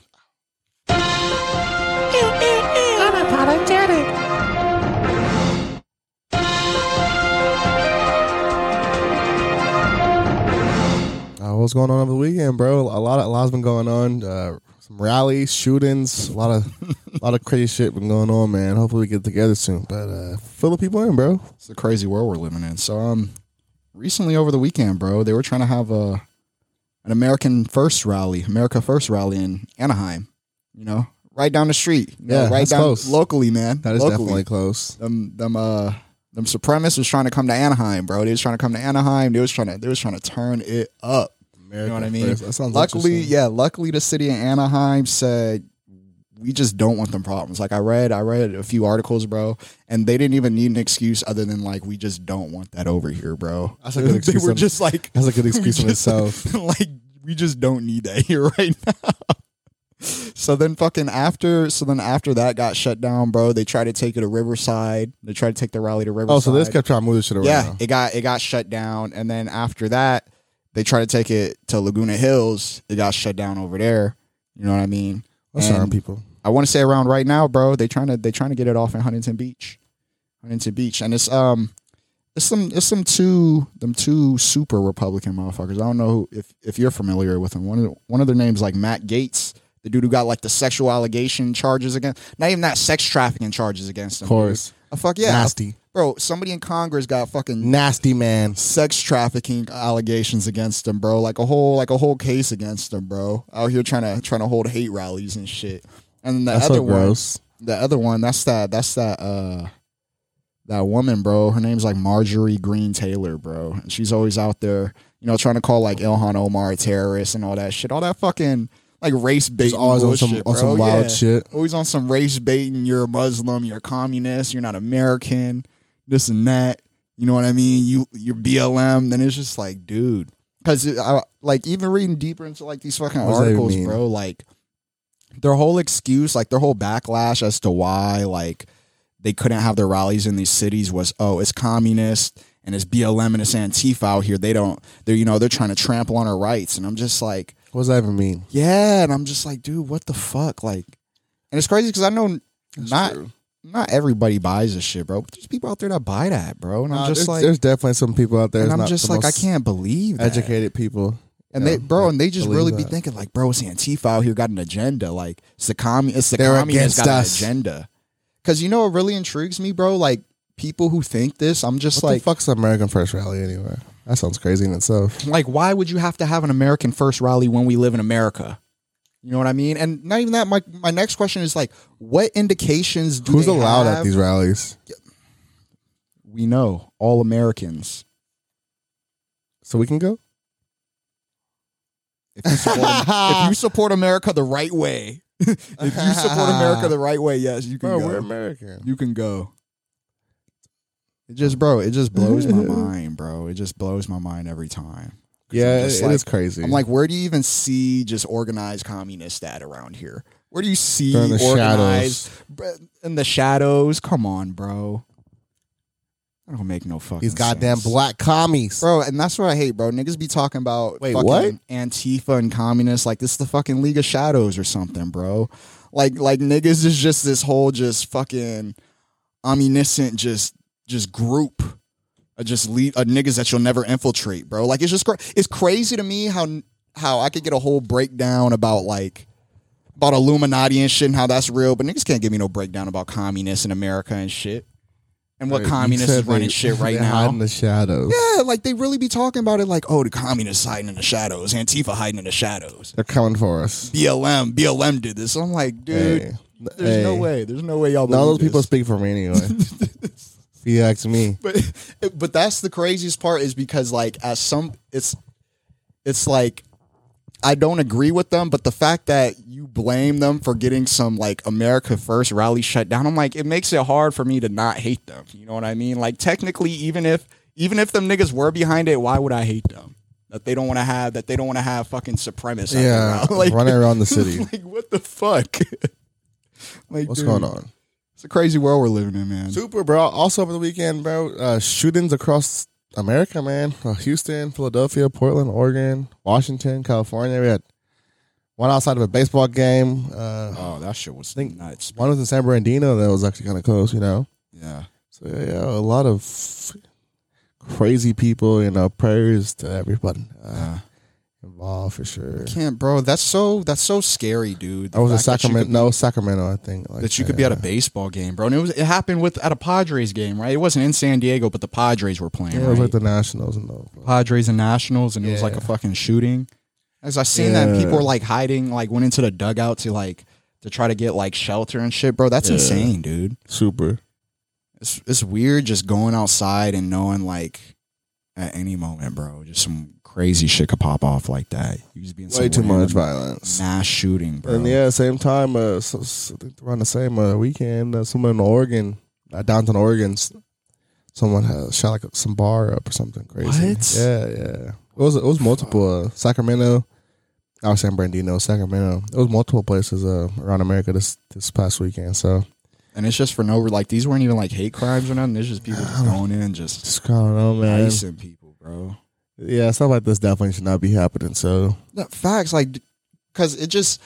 A: Unapologetic.
B: Uh, what's going on over the weekend, bro? A lot, of, a lot's been going on. Uh, some rallies, shootings, a lot of, a lot of [laughs] crazy shit been going on, man. Hopefully, we get together soon. But uh, fill the people in, bro.
D: it's a crazy world we're living in. So um, recently over the weekend, bro, they were trying to have a an American First rally, America First rally in Anaheim. You know, right down the street. You know,
B: Yeah,
D: right
B: that's
D: down
B: close.
D: locally, man.
B: That is
D: locally.
B: definitely close.
D: them them uh them supremacists was trying to come to Anaheim, bro. They was trying to come to Anaheim. They was trying to they was trying to turn it up. you know what I mean?
B: First. That sounds
D: luckily,
B: interesting.
D: yeah, luckily the city of Anaheim said we just don't want them problems. Like I read, I read a few articles, bro, and they didn't even need an excuse other than like we just don't want that over here, bro.
B: That's a good excuse
D: [laughs] They were
B: on-
D: just like [laughs]
B: That's a good [laughs]
D: we
B: excuse in
D: just-
B: itself.
D: [laughs] like we just don't need that here right now. So then fucking after so then after that got shut down, bro, they tried to take it to Riverside. They tried to take the rally to Riverside.
B: Oh, so this kept trying to move this shit around.
D: Yeah, it got it got shut down, and then after that, they tried to take it to Laguna Hills. It got shut down over there. You know what I mean?
B: I'm sorry,
D: And
B: people.
D: I want to say around right now, bro. They trying to they trying to get it off in Huntington Beach, Huntington Beach, and it's um, it's some it's some two them two super Republican motherfuckers. I don't know who, if if you're familiar with them. One of the, one of their names like Matt Gates, the dude who got like the sexual allegation charges against, not even that sex trafficking charges against him.
B: Of course.
D: dude. Uh, fuck yeah,
B: Nasty.
D: bro. Somebody in Congress got fucking
B: Nasty man.
D: sex trafficking allegations against him, bro. Like a whole like a whole case against him, bro. Out here trying to trying to hold hate rallies and shit. And the
B: That's
D: other
B: so gross.
D: one, the other one, that's that that's that uh that woman, bro. Her name's like Marjorie Green Taylor, bro. And she's always out there, you know, trying to call like Ilhan Omar a terrorist and all that shit. All that fucking like race baiting,
B: always on some-
D: bullshit,
B: on some
D: bro.
B: wild
D: Yeah.
B: shit.
D: Always on some race baiting. You're a Muslim. You're a communist. You're not American. This and that. You know what I mean? You you're BLM. Then it's just like, dude, because I like even reading deeper into like these fucking
B: What does that even
D: articles,
B: mean?
D: bro. Like their whole excuse, like their whole backlash as to why like they couldn't have their rallies in these cities was oh it's communist and it's BLM and it's Antifa out here. They don't. They're you know they're trying to trample on our rights. And I'm just like.
B: What does that even mean?
D: Yeah, and I'm just like, dude, what the fuck? Like, and it's crazy because I know not not everybody buys this shit, bro. But there's people out there that buy that, bro. And
B: Nah,
D: I'm just
B: there's,
D: like,
B: there's definitely some people out there.
D: and
B: that's
D: I'm
B: not
D: just
B: the
D: like, I
B: most
D: can't believe that.
B: Educated people.
D: And
B: you
D: they,
B: know,
D: bro,
B: that
D: and they just
B: believe
D: really be
B: that.
D: thinking like, bro, it's Antifa out here got an agenda. Like, it's the commie, it's the
B: They're
D: communists got
B: against us.
D: an agenda. Because you know what really intrigues me, bro? Like people who think this, I'm just
B: What
D: like,
B: the fuck's the American First Rally anyway? That sounds crazy in itself.
D: like why would you have to have an american first rally when we live in america you know what i mean and not even that my, my next question is like what indications do
B: Who's
D: they
B: allowed
D: have?
B: at these rallies?
D: we know
B: [laughs]
D: all americans
B: So we can go?
D: if you support, if you support america the right way [laughs] if you support america the right way yes you can
B: Bro,
D: go
B: we're American.
D: you can go it just bro it just
B: [laughs]
D: blows my mind bro it just blows my mind every time 'Cause I'm
B: Yeah, it-
D: just like-
B: it is crazy.
D: I'm like, where do you even see just organized communist at around here? Where do you see
B: They're in the
D: organized shadows. in the shadows? Come on, bro. I don't make no fucking
B: these goddamn
D: sense.
B: black commies.
D: Bro, and that's what I hate, bro. Niggas be talking about
B: Wait,
D: fucking
B: what?
D: Antifa and communists like this is the fucking League of Shadows or something, bro. Like like niggas is just this whole just fucking omniscient just just group of just lead of niggas that you'll never infiltrate, bro. Like it's just cra- it's crazy to me how how I could get a whole breakdown about like about Illuminati and shit and how that's real, but niggas can't give me no breakdown about communists in America and shit. And what
B: Right, you
D: communists
B: said
D: is running
B: they- [laughs]
D: shit right
B: they
D: now.
B: hide in the shadows.
D: Yeah, like they really be talking about it like, oh, the communists hiding in the shadows, Antifa hiding in the shadows,
B: They're coming for us.
D: BLM, BLM did this. I'm like, dude,
B: Hey.
D: there's no
B: Hey.
D: way, there's no way y'all.
B: None of those
D: believe
B: people
D: this.
B: speak for me
D: [laughs]
B: anyway. if you ask me.
D: but [laughs] but that's the craziest part is because like as some it's it's like I don't agree with them, but the fact that you blame them for getting some like America First rally shut down, I'm like, it makes it hard for me to not hate them. You know what I mean? Like technically, even if even if them niggas were behind it, why would I hate them? That they don't want to have that they don't want to have fucking supremacists. out there,
B: Yeah,
D: bro. [laughs] like
B: [laughs] running around the city.
D: [laughs] like what the fuck? [laughs] like
B: What's
D: dude,
B: going on?
D: It's a crazy world we're living in, man.
B: Super, bro. Also over the weekend, bro, uh, shootings across America, man. Uh, Houston, Philadelphia, Portland, Oregon, Washington, California. We had one outside of a baseball game. Uh,
D: Oh, that shit was nuts.
B: one was in San Bernardino that was actually kind of close, you know.
D: Yeah.
B: So yeah, a lot of crazy people. You know, prayers to everyone uh,
D: Uh-huh.
B: involved for sure.
D: can't, bro. That's so that's so scary, dude. The
B: I was in
D: fact that you
B: Sacramento.
D: could-
B: No, Sacramento. I think like,
D: That you could be at a baseball game, bro. And it was it happened with at a Padres game, right? It wasn't in San Diego, but the Padres were playing.
B: Yeah, it was
D: right?
B: like the Nationals and all.
D: Padres and Nationals, and it was like a fucking shooting. As I seen that,
B: Yeah.
D: people were like hiding, like went into the dugout to like to try to get like shelter and shit, bro. That's insane, dude.
B: Super.
D: It's it's weird just going outside and knowing like at any moment, bro, just some crazy shit could pop off like that. You just being
B: Way too much violence.
D: mass shooting, bro.
B: And yeah, same time, uh, so, so around the same uh, weekend, uh, someone in Oregon, uh, downtown Oregon, s- someone had shot like some bar up or something crazy.
D: What?
B: Yeah, yeah. It was it was multiple uh, Sacramento, I was San Bernardino, Sacramento. It was multiple places uh, around America this this past weekend. So
D: And it's just for no like these weren't even like hate crimes or nothing. It's just people [sighs] just going in and just
B: just kind of know, man.
D: icing people, bro.
B: Yeah, stuff like this definitely should not be happening. So
D: No, facts, like, cause it just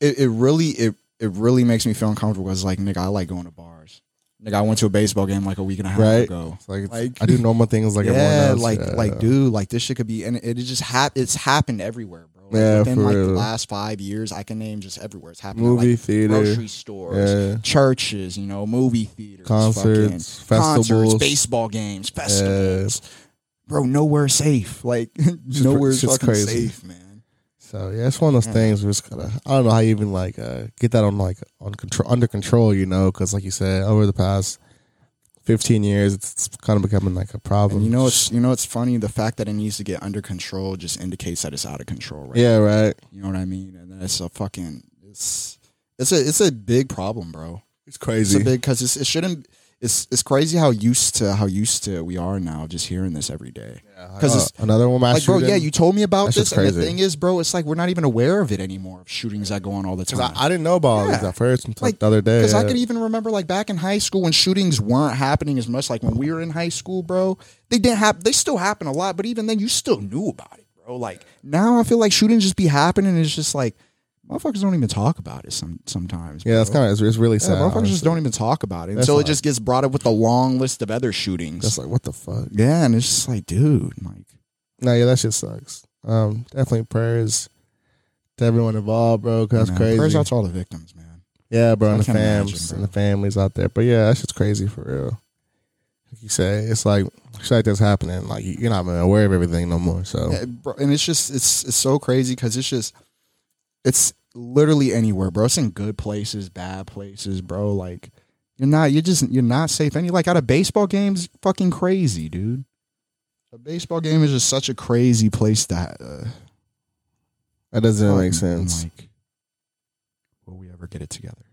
D: it, it really it it really makes me feel uncomfortable. Cause like nigga, I like going to bars. Nigga, I went to a baseball game like a week and a half
B: Right.
D: ago.
B: it's like, it's-
D: Like-
B: I do normal things like everyone
D: [laughs] yeah,
B: else.
D: like
B: yeah.
D: like dude, like this shit could be, and it, it just hap- It's happened everywhere, bro. Like,
B: Yeah,
D: within
B: for
D: like the
B: real.
D: last five years, I can name just everywhere. It's happened.
B: movie
D: like,
B: theater,
D: grocery stores,
B: yeah,
D: churches, you know, movie theaters,
B: Concerts,
D: fucking concerts,
B: festivals.
D: baseball games, festivals. Bro, nowhere safe. [laughs] Like nowhere
B: shit's
D: fucking
B: crazy.
D: safe, man.
B: So yeah, it's one of those
D: Mm-hmm.
B: things. Where it's gotta. I don't know how you even like uh, get that on like on control under control. You know, because like you said, over the past fifteen years, it's kind of becoming like a problem.
D: And you know, it's you know, it's funny. The fact that it needs to get under control just indicates that it's out of control, right?
B: yeah, right.
D: You know what I mean? And that's a fucking it's it's a it's a big problem, bro.
B: It's
D: It's a
B: crazy.
D: big because it shouldn't. It's it's crazy how used to how used to we are now just hearing this every day. Because it's
B: another one, mass
D: like, bro, yeah,
B: uh, shooting.
D: you told me about
B: That
D: this,
B: shit's
D: and the
B: crazy.
D: thing is, bro, it's like we're not even aware of it anymore. Of shootings that go on all the time.
B: 'Cause I, I didn't know about all these
D: Yeah.
B: at first until the other day. uh,
D: Because I
B: yeah.
D: could even remember like back in high school when shootings weren't happening as much. Like when we were in high school, bro, they didn't happen. They still happen a lot, but even then, you still knew about it, bro. Like now, I feel like shootings just be happening. And it's just like motherfuckers don't even talk about it. Some sometimes,
B: yeah, that's kind of it's, it's really
D: Yeah,
B: sad.
D: motherfuckers just
B: honestly.
D: don't even talk about it until it
B: fine.
D: just gets brought up with a long list of other shootings.
B: That's like what the fuck.
D: yeah, and it's just like, dude, like,
B: No, yeah, that shit sucks. Um, definitely prayers to everyone involved, bro. 'cause that's
D: man,
B: crazy.
D: Prayers out to all the victims, man.
B: Yeah, bro, and
D: I
B: the
D: can't
B: fams
D: imagine, bro.
B: and the families out there. But yeah, that's just crazy for real. Like you say, it's like shit like that's happening. Like you're not even aware of everything no more. So
D: Yeah, bro, and it's just it's it's so crazy because it's just it's literally anywhere, bro. It's in good places, bad places, bro. Like you're not you're just you're not safe. Any like out of baseball games, fucking crazy, dude. A baseball game is just such a crazy place that uh,
B: that doesn't make
D: fucking,
B: sense.
D: Like, will we ever get it together?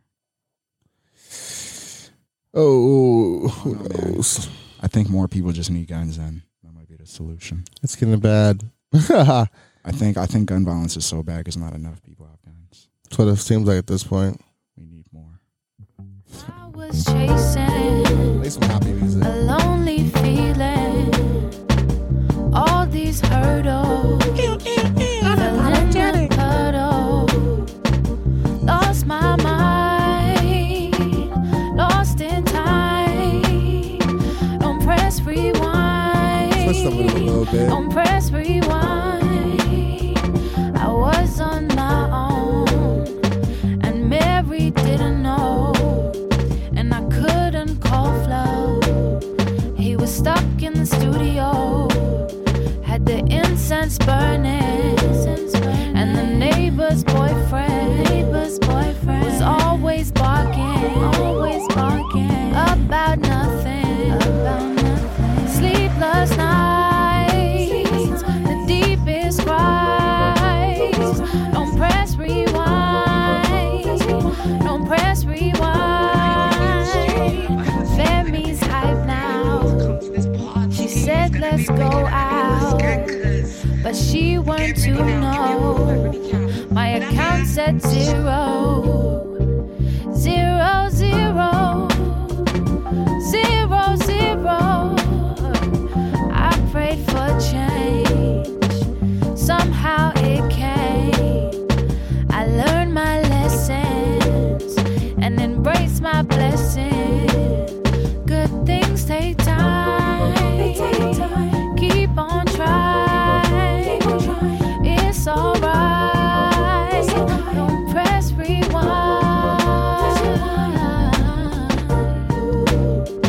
B: Oh, who
D: I don't know, man.
B: knows?
D: I think more people just need guns. Then that might be the solution.
B: It's getting bad. [laughs] That's
D: I think I think gun violence is so bad because not enough people have guns.
B: what it seems like at this point.
D: We need more.
A: I was chasing
B: Play some happy music.
A: a lonely feeling. All these hurdles. Fell in a puddle. Lost my mind. Lost in time. Don't press rewind.
B: Switch the mood a little bit.
A: Don't press rewind. I was on my own, and Mary didn't know, and I couldn't call Flo. He was stuck in the studio, had the incense burning, and the neighbor's boyfriend, neighbor's boyfriend was always barking, always barking about nothing, about nothing. Sleepless nights, the deepest cries. Don't press rewind, don't press rewind. Family's hype now. She said, let's go out. But she weren't to know. My account said zero. Zero, zero. Zero, zero. I prayed for change. Somehow it came. I learned my lessons and embraced my blessings. Good things take time. Keep on trying. It's alright. Don't press rewind. Uh-huh.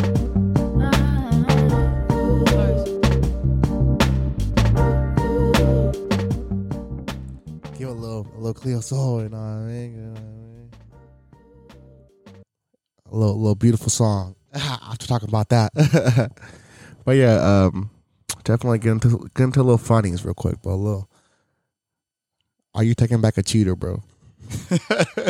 B: Give a little, a little Cleo Soul, you know what I mean? You know what I mean? A little, little beautiful song. [laughs] After talking about that, [laughs] but yeah, um, definitely get into get into a little funnies real quick, but a little. Are you taking back a cheater, bro?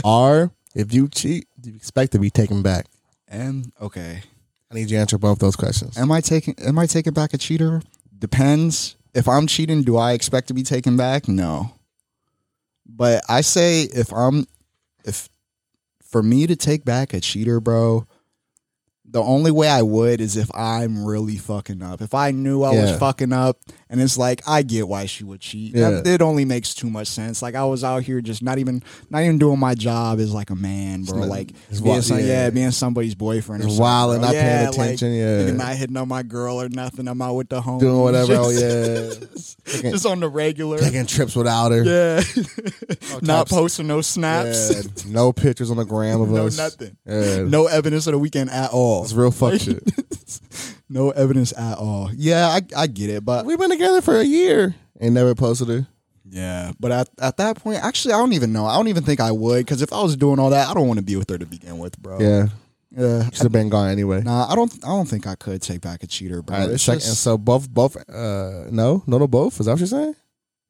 B: Are if you cheat, do you expect to be taken back?
D: And okay.
B: I need you to answer both those questions.
D: Am I taking am I taking back a cheater? Depends. If I'm cheating, do I expect to be taken back? No. But I say if I'm if for me to take back a cheater, bro, the only way I would is if I'm really fucking up. If I knew I was
B: Yeah.
D: fucking up and it's like I get why she would cheat. That-
B: Yeah.
D: it only makes too much sense. Like I was out here just not even not even doing my job as like a man, bro.
B: not-
D: like
B: it's
D: being
B: wild,
D: some- yeah.
B: yeah.
D: being somebody's boyfriend or
B: It's
D: something.
B: wild and
D: bro.
B: not paying
D: like,
B: attention, yeah.
D: nigga not hitting on my girl or nothing. I'm out with the homies.
B: doing whatever.
D: Just-
B: oh yeah, Taking-
D: [laughs] just on the regular.
B: [laughs] taking trips without her.
D: Yeah. Not
B: types.
D: posting no snaps. [laughs]
B: Yeah, no pictures on the gram of
D: No
B: us.
D: nothing.
B: Yeah.
D: No evidence of the weekend at all.
B: it's real fuck shit.
D: [laughs] No evidence at all. Yeah, I, I get it, but
B: We've been together for a year and never posted her.
D: yeah, but at, at that point, actually, I don't even know. I don't even think I would, because if I was doing all that, I don't want to be with her to begin with, bro.
B: Yeah,
D: yeah.
B: should have been gone anyway.
D: Nah, I don't. I don't think I could take back a cheater, bro.
B: All right,
D: It's
B: second,
D: just-
B: so both, both, uh, no, no, no, both. Is that what you're saying?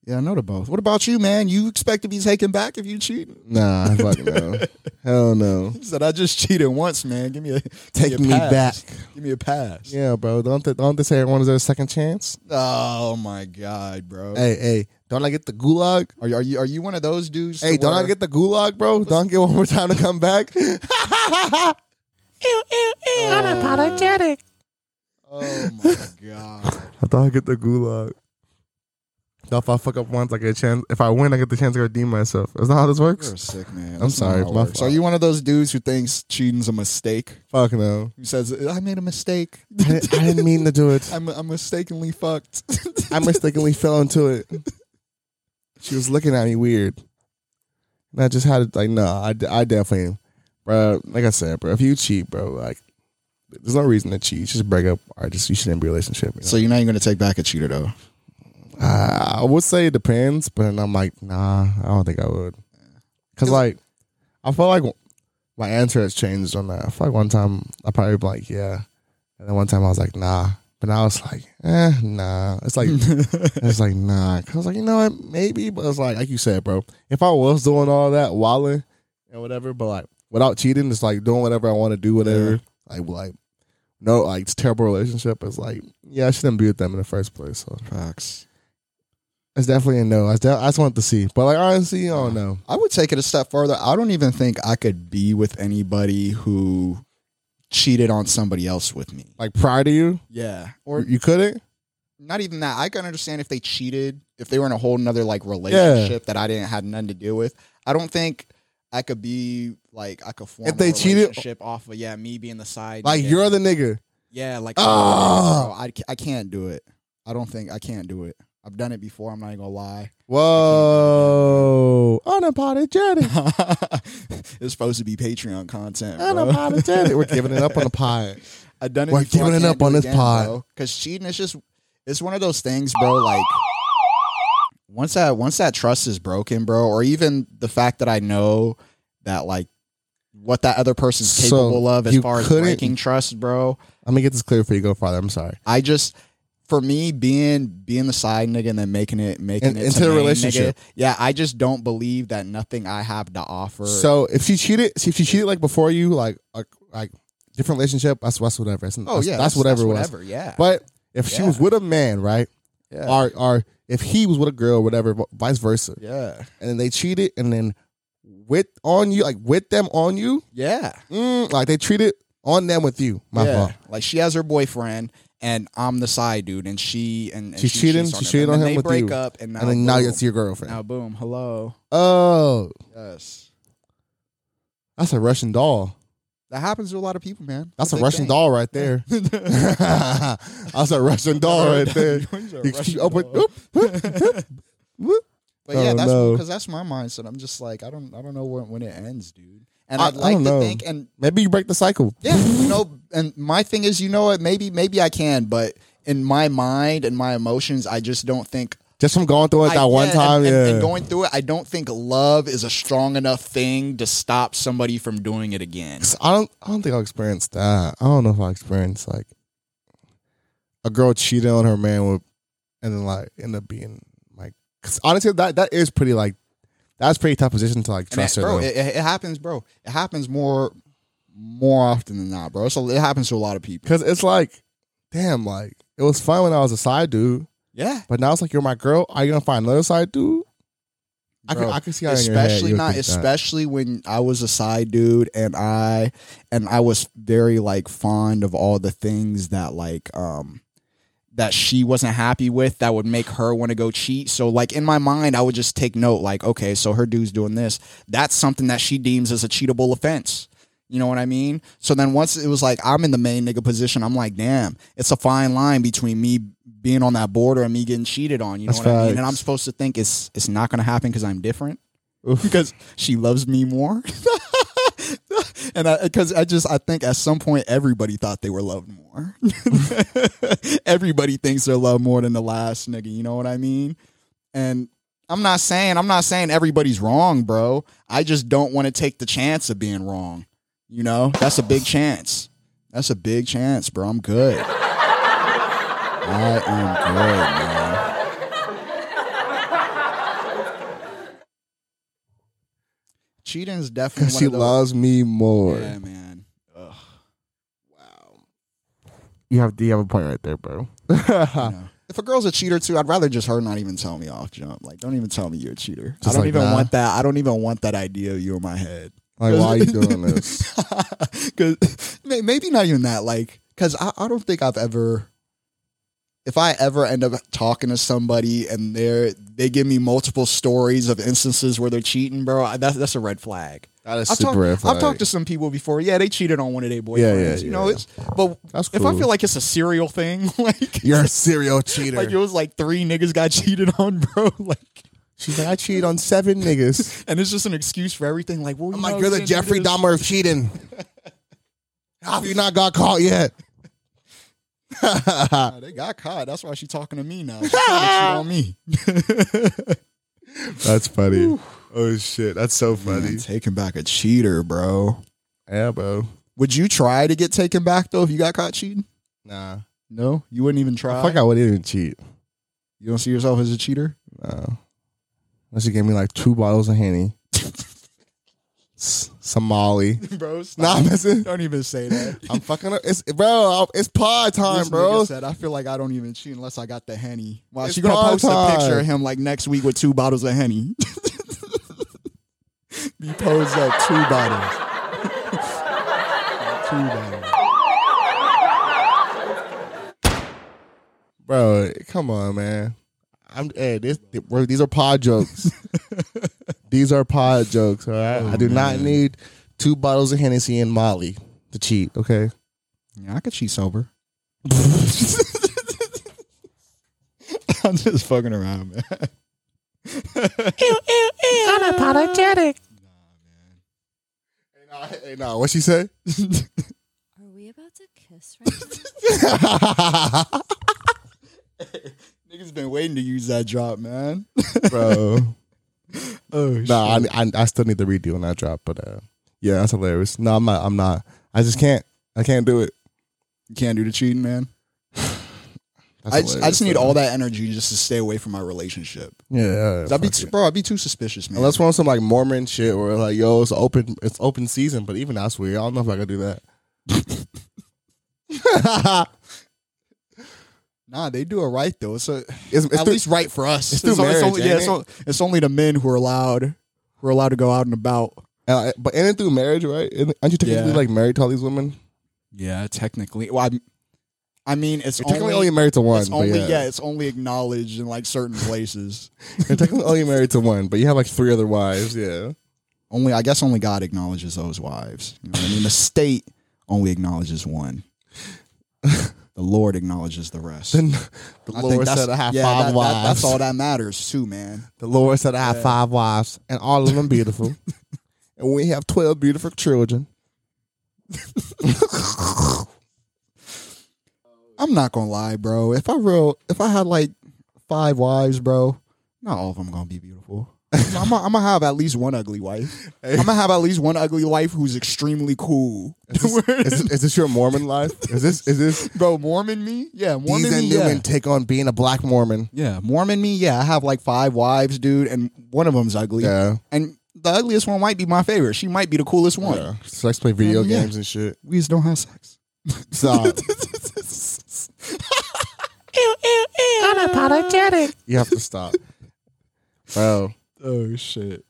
D: yeah, no to both. What about you, man? You expect to be taken back if you cheat?
B: Nah, [laughs] fuck no, hell no.
D: He said, "I just cheated once, man. Give me a [laughs] give
B: Take
D: a
B: me
D: pass.
B: back.
D: Give me a pass."
B: Yeah, bro. Don't they, don't they say everyone deserves a second chance?
D: Oh my god, bro.
B: Hey, hey, don't I get the gulag?
D: Are you, are you are you one of those dudes? to
B: Hey, don't I
D: where-
B: get the gulag, bro? Don't I get one more time to come back. [laughs]
D: Oh my god.
B: I thought I get the gulag. No, if I fuck up once, I get a chance. If I win, I get the chance to redeem myself. Is that how this works?
D: You're a sick [laughs] man.
B: I'm sorry, my
D: So are
B: fault.
D: you one of those dudes who thinks cheating's a mistake?
B: Fuck no.
D: Who says I made a mistake?
B: [laughs] I didn't, I didn't mean to do [laughs] it.
D: I'm I'm mistakenly fucked. [laughs]
B: I mistakenly fell into it. She was looking at me weird. And I just had it like, no, I, d- I definitely am. Bro, like I said, bro, if you cheat, bro, like, there's no reason to cheat. Just break up. Or just, you shouldn't be in a relationship. you know?
D: so you're not even gonna take back a cheater though.
B: Uh, I would say it depends, but I'm like, nah, I don't think I would. Cause like, I feel like my answer has changed on that. I feel like one time I probably be like, yeah, and then one time I was like, nah, but now it's like, eh, nah. It's like, it's like, nah. Cause I was like, you know what, maybe, but it's like, like you said, bro, if I was doing all that walling and whatever, but like without cheating, it's like doing whatever I want to do, whatever. Like, like, no, like it's a terrible relationship. It's like, yeah, I shouldn't be with them in the first place. So.
D: Facts.
B: It's definitely a no. I just, I just want to see, but like honestly, I don't know.
D: I would take it a step further. I don't even think I could be with anybody who cheated on somebody else with me.
B: Like prior to you,
D: Yeah. Or
B: or you couldn't.
D: not even that. I can understand if they cheated, if they were in a whole nother like relationship that I didn't had nothing to do with. I don't think I could be like I could form
B: If they
D: a
B: cheated-
D: relationship off of yeah me being the side
B: Like
D: nigga.
B: you're the nigga.
D: yeah like
B: Ah!
D: bro, I ca- I can't do it. I don't think I can't do it. I've done it before. I'm not even gonna lie. [laughs]
B: Whoa, unapologetic,
D: it's supposed to be Patreon content. [laughs] Bro.
B: unapologetic. We're giving it up
D: [laughs]
B: on the pod.
D: I've done it.
B: We're
D: before. I
B: giving it
D: can't
B: up
D: do
B: on this
D: again,
B: pod.
D: because cheating is just it's one of those things, bro. Like once that once that trust is broken, bro, or even the fact that I know that like what that other person's
B: So,
D: capable of as
B: you
D: far as
B: couldn't-
D: breaking trust, bro.
B: Let me get this clear before you go farther. I'm sorry.
D: I just for me being being the side nigga and then making it making
B: And-
D: it
B: into
D: to
B: the
D: main
B: relationship.
D: nigga, yeah, I just don't believe that nothing I have to offer.
B: So if she cheated, if she cheated like before you, like like, like different relationship, that's that's whatever. That's,
D: oh yeah,
B: that's, whatever. it was.
D: whatever, yeah.
B: But if she
D: Yeah.
B: was with a man, right,
D: yeah,
B: or or if he was with a girl, whatever, vice versa,
D: yeah,
B: and then they cheated, and then with on you, like with them on you,
D: yeah.
B: mm, like they treat it on them with you. My
D: yeah.
B: fault.
D: Like she has her boyfriend, and I'm the side dude, and she and, and
B: She's cheating.
D: cheats
B: She
D: him.
B: cheated
D: And
B: on
D: then
B: him
D: They
B: with
D: break
B: you.
D: up, and now
B: and then now
D: boom.
B: it's your girlfriend.
D: now boom. Hello.
B: Oh,
D: Yes,
B: that's a Russian doll.
D: that happens to a lot of people, man.
B: That's a Russian doll right
D: [laughs]
B: there. [laughs] that's a Russian doll right there. You, you open, oop, oop, oop, oop.
D: But yeah,
B: Oh,
D: that's
B: no.
D: because that's my mindset. I'm just like I don't I don't know when, when it ends, dude. And
B: I-
D: I'd
B: I
D: like
B: don't
D: to
B: know.
D: think and
B: Maybe you break the cycle.
D: Yeah, you know, and my thing is, you know what? Maybe, maybe I can, but in my mind and my emotions, I just don't think
B: Just from going through it that
D: I-
B: one
D: yeah,
B: time.
D: and, and-
B: yeah.
D: and going through it, I don't think love is a strong enough thing to stop somebody from doing it again.
B: I don't. I don't think I experienced that. I don't know if I experienced like a girl cheating on her man with, and then like end up being like. 'cause honestly, that that is pretty like that's pretty tough position to like
D: And
B: trust
D: it,
B: her.
D: bro,
B: though.
D: it, it happens, bro. It happens more more often than not, bro. So it happens to a lot of people.
B: Cause it's like, damn, like it was fun when I was a side dude,
D: Yeah,
B: but now it's like you're my girl. Are you gonna find another side dude?
D: I could,
B: Bro,
D: I could see
B: how in your head
D: especially
B: you would
D: not
B: think that.
D: especially when I was a side dude and I and I was very like fond of all the things that like um that she wasn't happy with that would make her want to go cheat. So like in my mind I would just take note like okay, so her dude's doing this. That's something that she deems as a cheatable offense. You know what I mean? So then once it was like I'm in the main nigga position, I'm like, damn, it's a fine line between me being on that border and me getting cheated on. You know
B: That's
D: what I mean? And
B: facts.
D: I'm supposed to think it's it's not gonna happen because I'm different. Because she loves me more. [laughs] and I because I just I think at some point everybody thought they were loved more. [laughs] everybody thinks they're loved more than the last nigga, you know what I mean? And I'm not saying I'm not saying everybody's wrong, bro. I just don't want to take the chance of being wrong. You know, that's a big chance. That's a big chance, bro. I'm good. I am good, man. Cheating is definitely one
B: she
D: of those-
B: loves me more.
D: Yeah, man. Ugh.
B: You have you have a point right there, bro. [laughs]
D: If a girl's a cheater too, I'd rather just her not even tell me off jump. Like, don't even tell me you're a cheater. I
B: Just
D: don't
B: like
D: even
B: that?
D: want that. I don't even want that idea of you in my head.
B: Like, why are
D: [laughs]
B: you doing this?
D: Cause may- maybe not even that. Like, cause I, I don't think I've ever. If I ever end up talking to somebody and they they give me multiple stories of instances where they're cheating, bro, I, that's that's a red flag.
B: That is
D: I've
B: super
D: talked,
B: red flag.
D: I've talked to some people before. Yeah, they cheated on one of their boyfriends.
B: yeah,
D: you know,
B: yeah.
D: it's but
B: That's
D: if I
B: cool.
D: feel like it's a serial thing, [laughs] like
B: You're a serial cheater.
D: like it was like three niggas got [laughs] cheated on, bro. Like,
B: She's like, I cheated on seven
D: [laughs]
B: niggas.
D: and it's just an excuse for everything. Like, well, you
B: I'm
D: know,
B: like, you're
D: we
B: the
D: didn't do
B: Jeffrey
D: this."
B: Dahmer of cheating. How have you not got caught yet?
D: [laughs] Nah, they got caught. That's why she talking to me [laughs] now. She trying to cheat on me.
B: That's funny. oh shit, that's so funny.
D: Man, taking back a cheater, bro.
B: Yeah, bro.
D: Would you try to get taken back though if you got caught cheating?
B: Nah,
D: No, you wouldn't even try.
B: I think I wouldn't even cheat.
D: you don't see yourself as a cheater.
B: No. Unless you gave me like two bottles of henny, S- Somali.
D: [laughs] Bro,
B: Nah, I'm messing.
D: Don't even say that. [laughs]
B: I'm fucking up. It's bro. I'll- It's pod time,
D: This
B: bro.
D: nigga said, I feel like I don't even cheat unless I got the henny. Wow,
B: It's
D: she gonna
B: prime
D: post a
B: time.
D: picture of him like next week with two bottles of henny. [laughs] he posed up two bottles. [laughs] two bottles.
B: Bro, come on, man. I'm hey, this, bro, these are pod
D: [laughs]
B: jokes. these are pod jokes. All right,
D: Oh,
B: I do not need two bottles of Hennessy and Molly to cheat. Okay,
D: Yeah, I could cheat sober. [laughs] I'm just fucking around, man.
A: Unapologetic.
B: hey, nah, hey, nah, what she
D: [laughs]
B: say?
A: Are we about to kiss [laughs] right now?
D: Niggas been waiting to use that drop, man. [laughs]
B: bro.
D: Oh shit.
B: nah, I, I I still need to redo when I drop, but uh, yeah, that's hilarious. No, I'm not. I'm not. I just can't. I can't do it.
D: you can't do the cheating, man.
B: That's
D: I just, I
B: hilarious,
D: just need
B: bro.
D: all that energy just to stay away from my relationship.
B: Yeah, yeah,
D: I'd be
B: fuck
D: too,
B: it.
D: bro, I'd be too suspicious, man.
B: Unless we're on some like Mormon shit where like, yo, it's open, it's open season. But even that's weird. I don't know if I could do that.
D: [laughs] Nah, they do it right though. It's a
B: It's, it's
D: at
B: through-
D: least right for us.
B: it's through
D: only-
B: marriage,
D: only, yeah,
B: ain't
D: it's,
B: it?
D: only, it's only the men who are allowed who are allowed to go out and about.
B: and I- but and through marriage, right? And aren't you technically
D: Yeah.
B: like married to all these women?
D: Yeah, technically. Well, I'm, I mean, it's
B: You're
D: only,
B: technically only married to one.
D: it's
B: but
D: only
B: yeah,
D: yeah. it's only acknowledged in like certain places.
B: [laughs] you're technically only married to one, but you have like three other wives. Yeah,
D: [laughs] only I guess only God acknowledges those wives. You know what I mean, the state only
B: [laughs]
D: acknowledges one. The Lord acknowledges the rest.
B: then [laughs] the
D: I think
B: Lord
D: that's-
B: said I have
D: yeah,
B: five
D: that- that-
B: wives.
D: that's all that matters too, man.
B: The Lord said I have five wives, and all of them beautiful, [laughs] and we have twelve beautiful children.
D: I'm not gonna lie, bro. If I real, if I had like five wives, bro, not all of them gonna be beautiful. [laughs] I'm gonna I'm gonna have at least one ugly wife. I'm gonna have at least one ugly wife who's extremely
B: [laughs]
D: cool.
B: [laughs] Is, is this your Mormon life? Is this is this
D: bro, Mormon me, yeah, Mormon
B: These
D: me,
B: and
D: yeah.
B: Newman take on being a black Mormon?
D: yeah, Mormon me, yeah. I have like five wives, dude, and one of them's ugly.
B: Yeah.
D: and the ugliest one might be my favorite. She might be the coolest one.
B: Yeah. So I just play video
D: Um, yeah.
B: games and shit.
D: We just don't have sex.
B: Stop.
A: Unapologetic.
B: you have to stop, bro. [laughs]
D: Oh shit.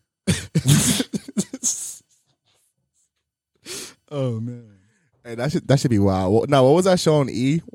D: oh man.
B: Hey, that should that should be wild. What- No, what was that show on E?
D: [laughs]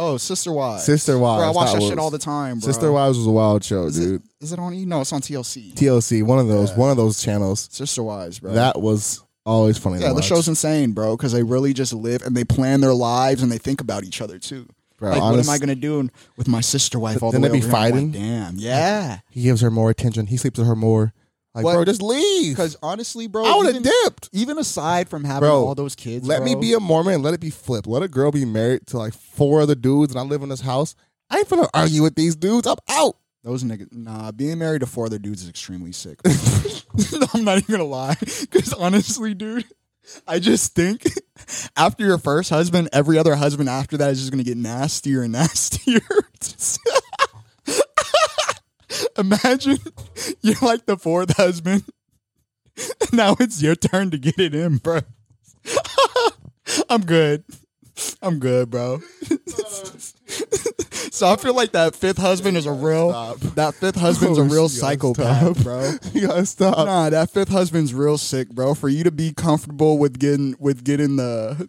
D: Oh, Sister Wives.
B: Sister Wives.
D: Bro, I watch
B: that
D: that
B: was-
D: shit all the time, bro.
B: Sister Wives was a wild show,
D: Is
B: dude.
D: it, is it on E? No, it's on TLC.
B: TLC, one of those, one of those channels.
D: Sister Wives, bro.
B: That was always funny.
D: yeah,
B: to
D: the
B: watch.
D: show's insane, bro, because they really just live and they plan their lives and they think about each other too.
B: Bro,
D: like, what
B: honest-
D: am I gonna do with my sister wife? All
B: Then
D: the
B: they
D: way
B: be
D: over here? I'm
B: fighting.
D: Like, Damn,
B: [laughs]
D: yeah.
B: He gives her more attention. He sleeps with her more. Like,
D: What?
B: bro, just leave.
D: Because honestly, bro,
B: I would have
D: even-
B: dipped.
D: Even aside from having
B: Bro,
D: all those kids,
B: Let me
D: bro,
B: be a Mormon and let it be flipped. Let a girl be married to like four other dudes, and I live in this house. I ain't finna argue with these dudes. I'm out. [laughs]
D: Those niggas, nah, being married to four other dudes is extremely sick.
B: [laughs]
D: [laughs] I'm not even gonna lie, because honestly, dude, I just think [laughs] after your first husband, every other husband after that is just gonna get nastier and [laughs] nastier. Imagine you're like the fourth husband, [laughs] and now it's your turn to get it in, bro. [laughs] I'm good. I'm good, bro. [laughs] so I feel like that fifth husband is a real that fifth husband's
B: [laughs]
D: a
B: Oh,
D: real
B: shit,
D: psychopath,
B: stop.
D: bro.
B: You gotta [laughs] stop.
D: Nah, that fifth husband's real sick, bro. For you to be comfortable with getting with getting the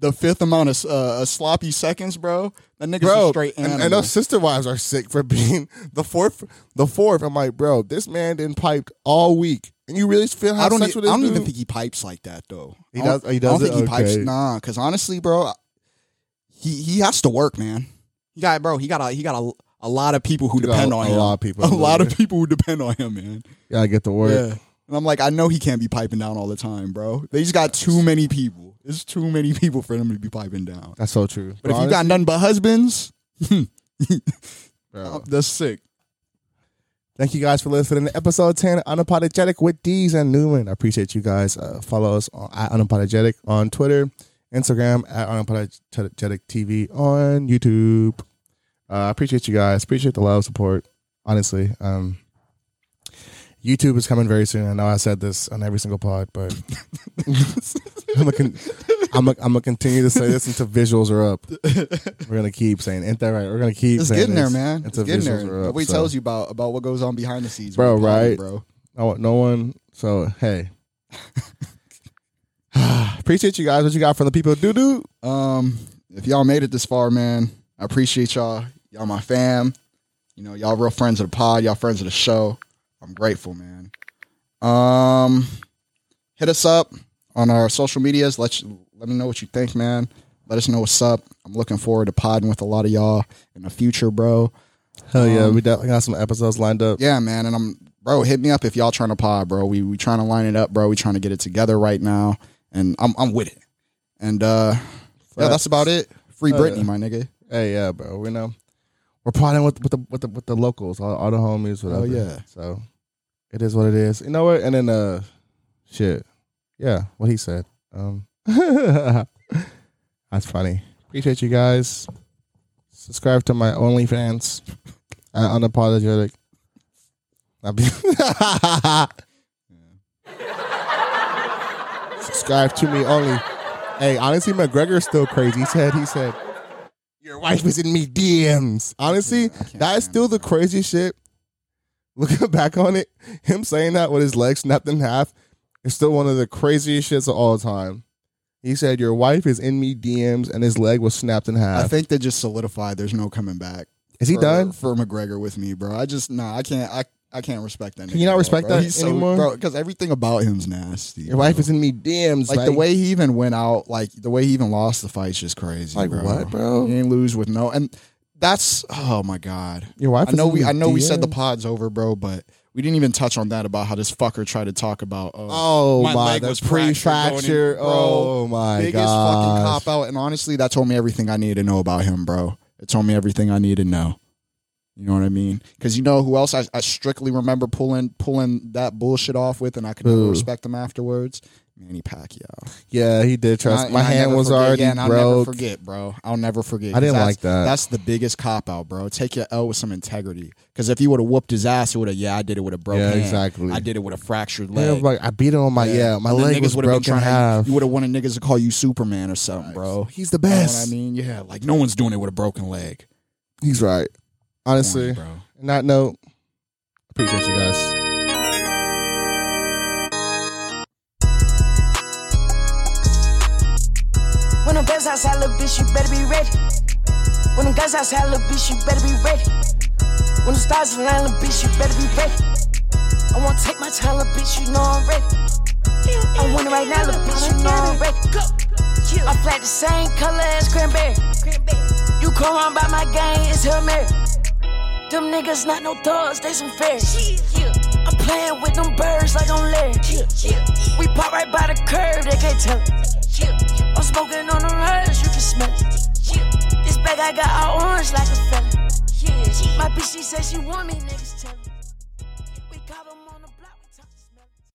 D: the fifth amount of s- uh, uh, sloppy seconds, bro. That nigga's a
B: bro.
D: straight
B: and-
D: animal.
B: And, those sister wives are sick for [laughs] being the fourth. The fourth. I'm like, bro, this man didn't pipe all week, and you really feel
D: I don't.
B: sex
D: e-
B: with this
D: I don't
B: dude?
D: even think he pipes like that though.
B: He
D: I don't-
B: does- he
D: I
B: does
D: don't think
B: it?
D: he pipes.
B: Okay.
D: Nah, because honestly, bro, I- he he has to work, man. He got bro. He got a he got a, a lot of people who
B: He got
D: depend
B: a
D: on him.
B: lot of people,
D: [laughs] A lot of
B: yeah.
D: people who depend on him, man.
B: Yeah, I get the word.
D: Yeah. And I'm like, I know he can't be piping down all the time, bro. They just got too many people. It's too many people for him to be piping down.
B: That's so true.
D: But if you got nothing but husbands,
B: Bro.
D: [laughs] that's sick.
B: Thank you guys for listening to episode 10 Unapologetic with Deez and Newman. I appreciate you guys. Uh, follow us on at Unapologetic on Twitter, Instagram at Unapologetic TV on YouTube. Uh, I appreciate you guys. Appreciate the love, support. Honestly, um, YouTube is coming very soon. I know I said this on every single pod,
D: [laughs]
B: but I'm looking. I'm gonna I'm gonna continue to say this until visuals are up. We're gonna keep saying, "Ain't that right?" We're gonna keep
D: It's
B: saying
D: getting there,
B: this
D: man. It's
B: until
D: getting
B: visuals
D: there.
B: are up,
D: Nobody
B: so.
D: tells you about about what goes on behind the scenes,
B: Bro,
D: with Pablo,
B: right?
D: Bro,
B: I want no one. So hey, [sighs] appreciate you guys. What you got from the people? Doo doo.
D: Um, if y'all made it this far, man, I appreciate y'all. Y'all my fam. You know, y'all real friends of the pod, y'all friends of the show. I'm grateful, man. Um hit us up on our social medias. Let you, let me know what you think, man. Let us know what's up. I'm looking forward to podding with a lot of y'all in the future, bro.
B: Hell yeah, we definitely got some episodes lined up.
D: Um, Yeah, man. And I'm bro, hit me up if y'all trying to pod, bro. We we trying to line it up, bro. We trying to get it together right now. And I'm I'm with it. And uh yeah, that's about it. Free
B: Oh,
D: Britney, my nigga.
B: Hey yeah, bro. We know we're partying with with the with the, with the locals, all, all the homies, whatever.
D: Oh, yeah.
B: So it is what it is. You know what? And then uh, shit. Yeah, what he said. Um, [laughs] that's funny. Appreciate you guys. Subscribe to my OnlyFans. at unapologetic. I'll be- [laughs] Subscribe to me only. Hey, honestly, McGregor's still crazy. He said, he said, your wife is in me DMs. Honestly, that is still the craziest shit. Looking [laughs] back on it, him saying that with his legs snapped in half is still one of the craziest shits of all time. He said, your wife is in me DMs and his leg was snapped in half.
D: I think they just solidified. There's no coming back.
B: is he
D: for,
B: done?
D: for McGregor with me, bro? I just nah. I can't. I I can't respect that.
B: Can you
D: nigga
B: not
D: no,
B: respect
D: bro.
B: that
D: He's
B: anymore?
D: bro? Because everything about him's nasty.
B: Your wife
D: bro.
B: is in me DMs.
D: like, the way he even went out. Like the way he even lost the fight's just crazy.
B: Like
D: bro.
B: what, bro?
D: He didn't lose with no. And that's oh my god.
B: Your wife
D: I
B: is
D: know
B: in
D: we.
B: the
D: I know we said the
B: DMs.
D: pod's over, bro, but. We didn't even touch on that about how this fucker tried to talk about. uh,
B: Oh my,
D: leg
B: the
D: was fractured
B: pre-fracture.
D: going in-
B: Oh my
D: biggest fucking
B: gosh.
D: cop out. And honestly, that told me everything I needed to know about him, bro. It told me everything I needed to know. You know what I mean? Because you know who else I, I strictly remember pulling pulling that bullshit off with, and I could never
B: Who?
D: respect him afterwards. Manny Pacquiao.
B: Yeah, he did trust.
D: And
B: my
D: I- and I
B: hand
D: never
B: was
D: forget-
B: already
D: yeah, and I'll never
B: broke.
D: forget, bro. I'll never forget.
B: I didn't
D: 'Cause that's-
B: like that.
D: That's the biggest cop out, bro. Take your L with some integrity. Because if you would have whooped his ass, it would have. Yeah, I did it with a broken.
B: Yeah,
D: hand.
B: exactly.
D: I did it with a fractured
B: Yeah,
D: leg.
B: like, I beat him on my yeah. my
D: And then
B: leg
D: niggas
B: was
D: would've been
B: broken in
D: trying to-
B: half.
D: You would have wanted niggas to call you Superman or something, bro.
B: He's the
D: You know
B: best.
D: what I mean? Yeah, like no one's doing it with a broken leg.
B: He's right. Honestly,
D: Come on, bro.
B: on that note, appreciate you guys.
E: When the best outside, little bitch, you better be ready. When the guys outside, little bitch, you better be ready. When the stars align, little bitch, you better be ready. I wanna take my time, little bitch, you know I'm ready. I want it right now, little bitch, you know I'm ready. I flat the same color as cranberry. You come around by my gang, it's Hail Mary. Them niggas not no thugs, they some fairies. I'm playing with them birds like I'm Larry. We pop right by the curb, they can't tell it. I'm smoking on them herbs, you can smell it. This bag I got all orange like a fella. My bitch, she said she want me, niggas tell it.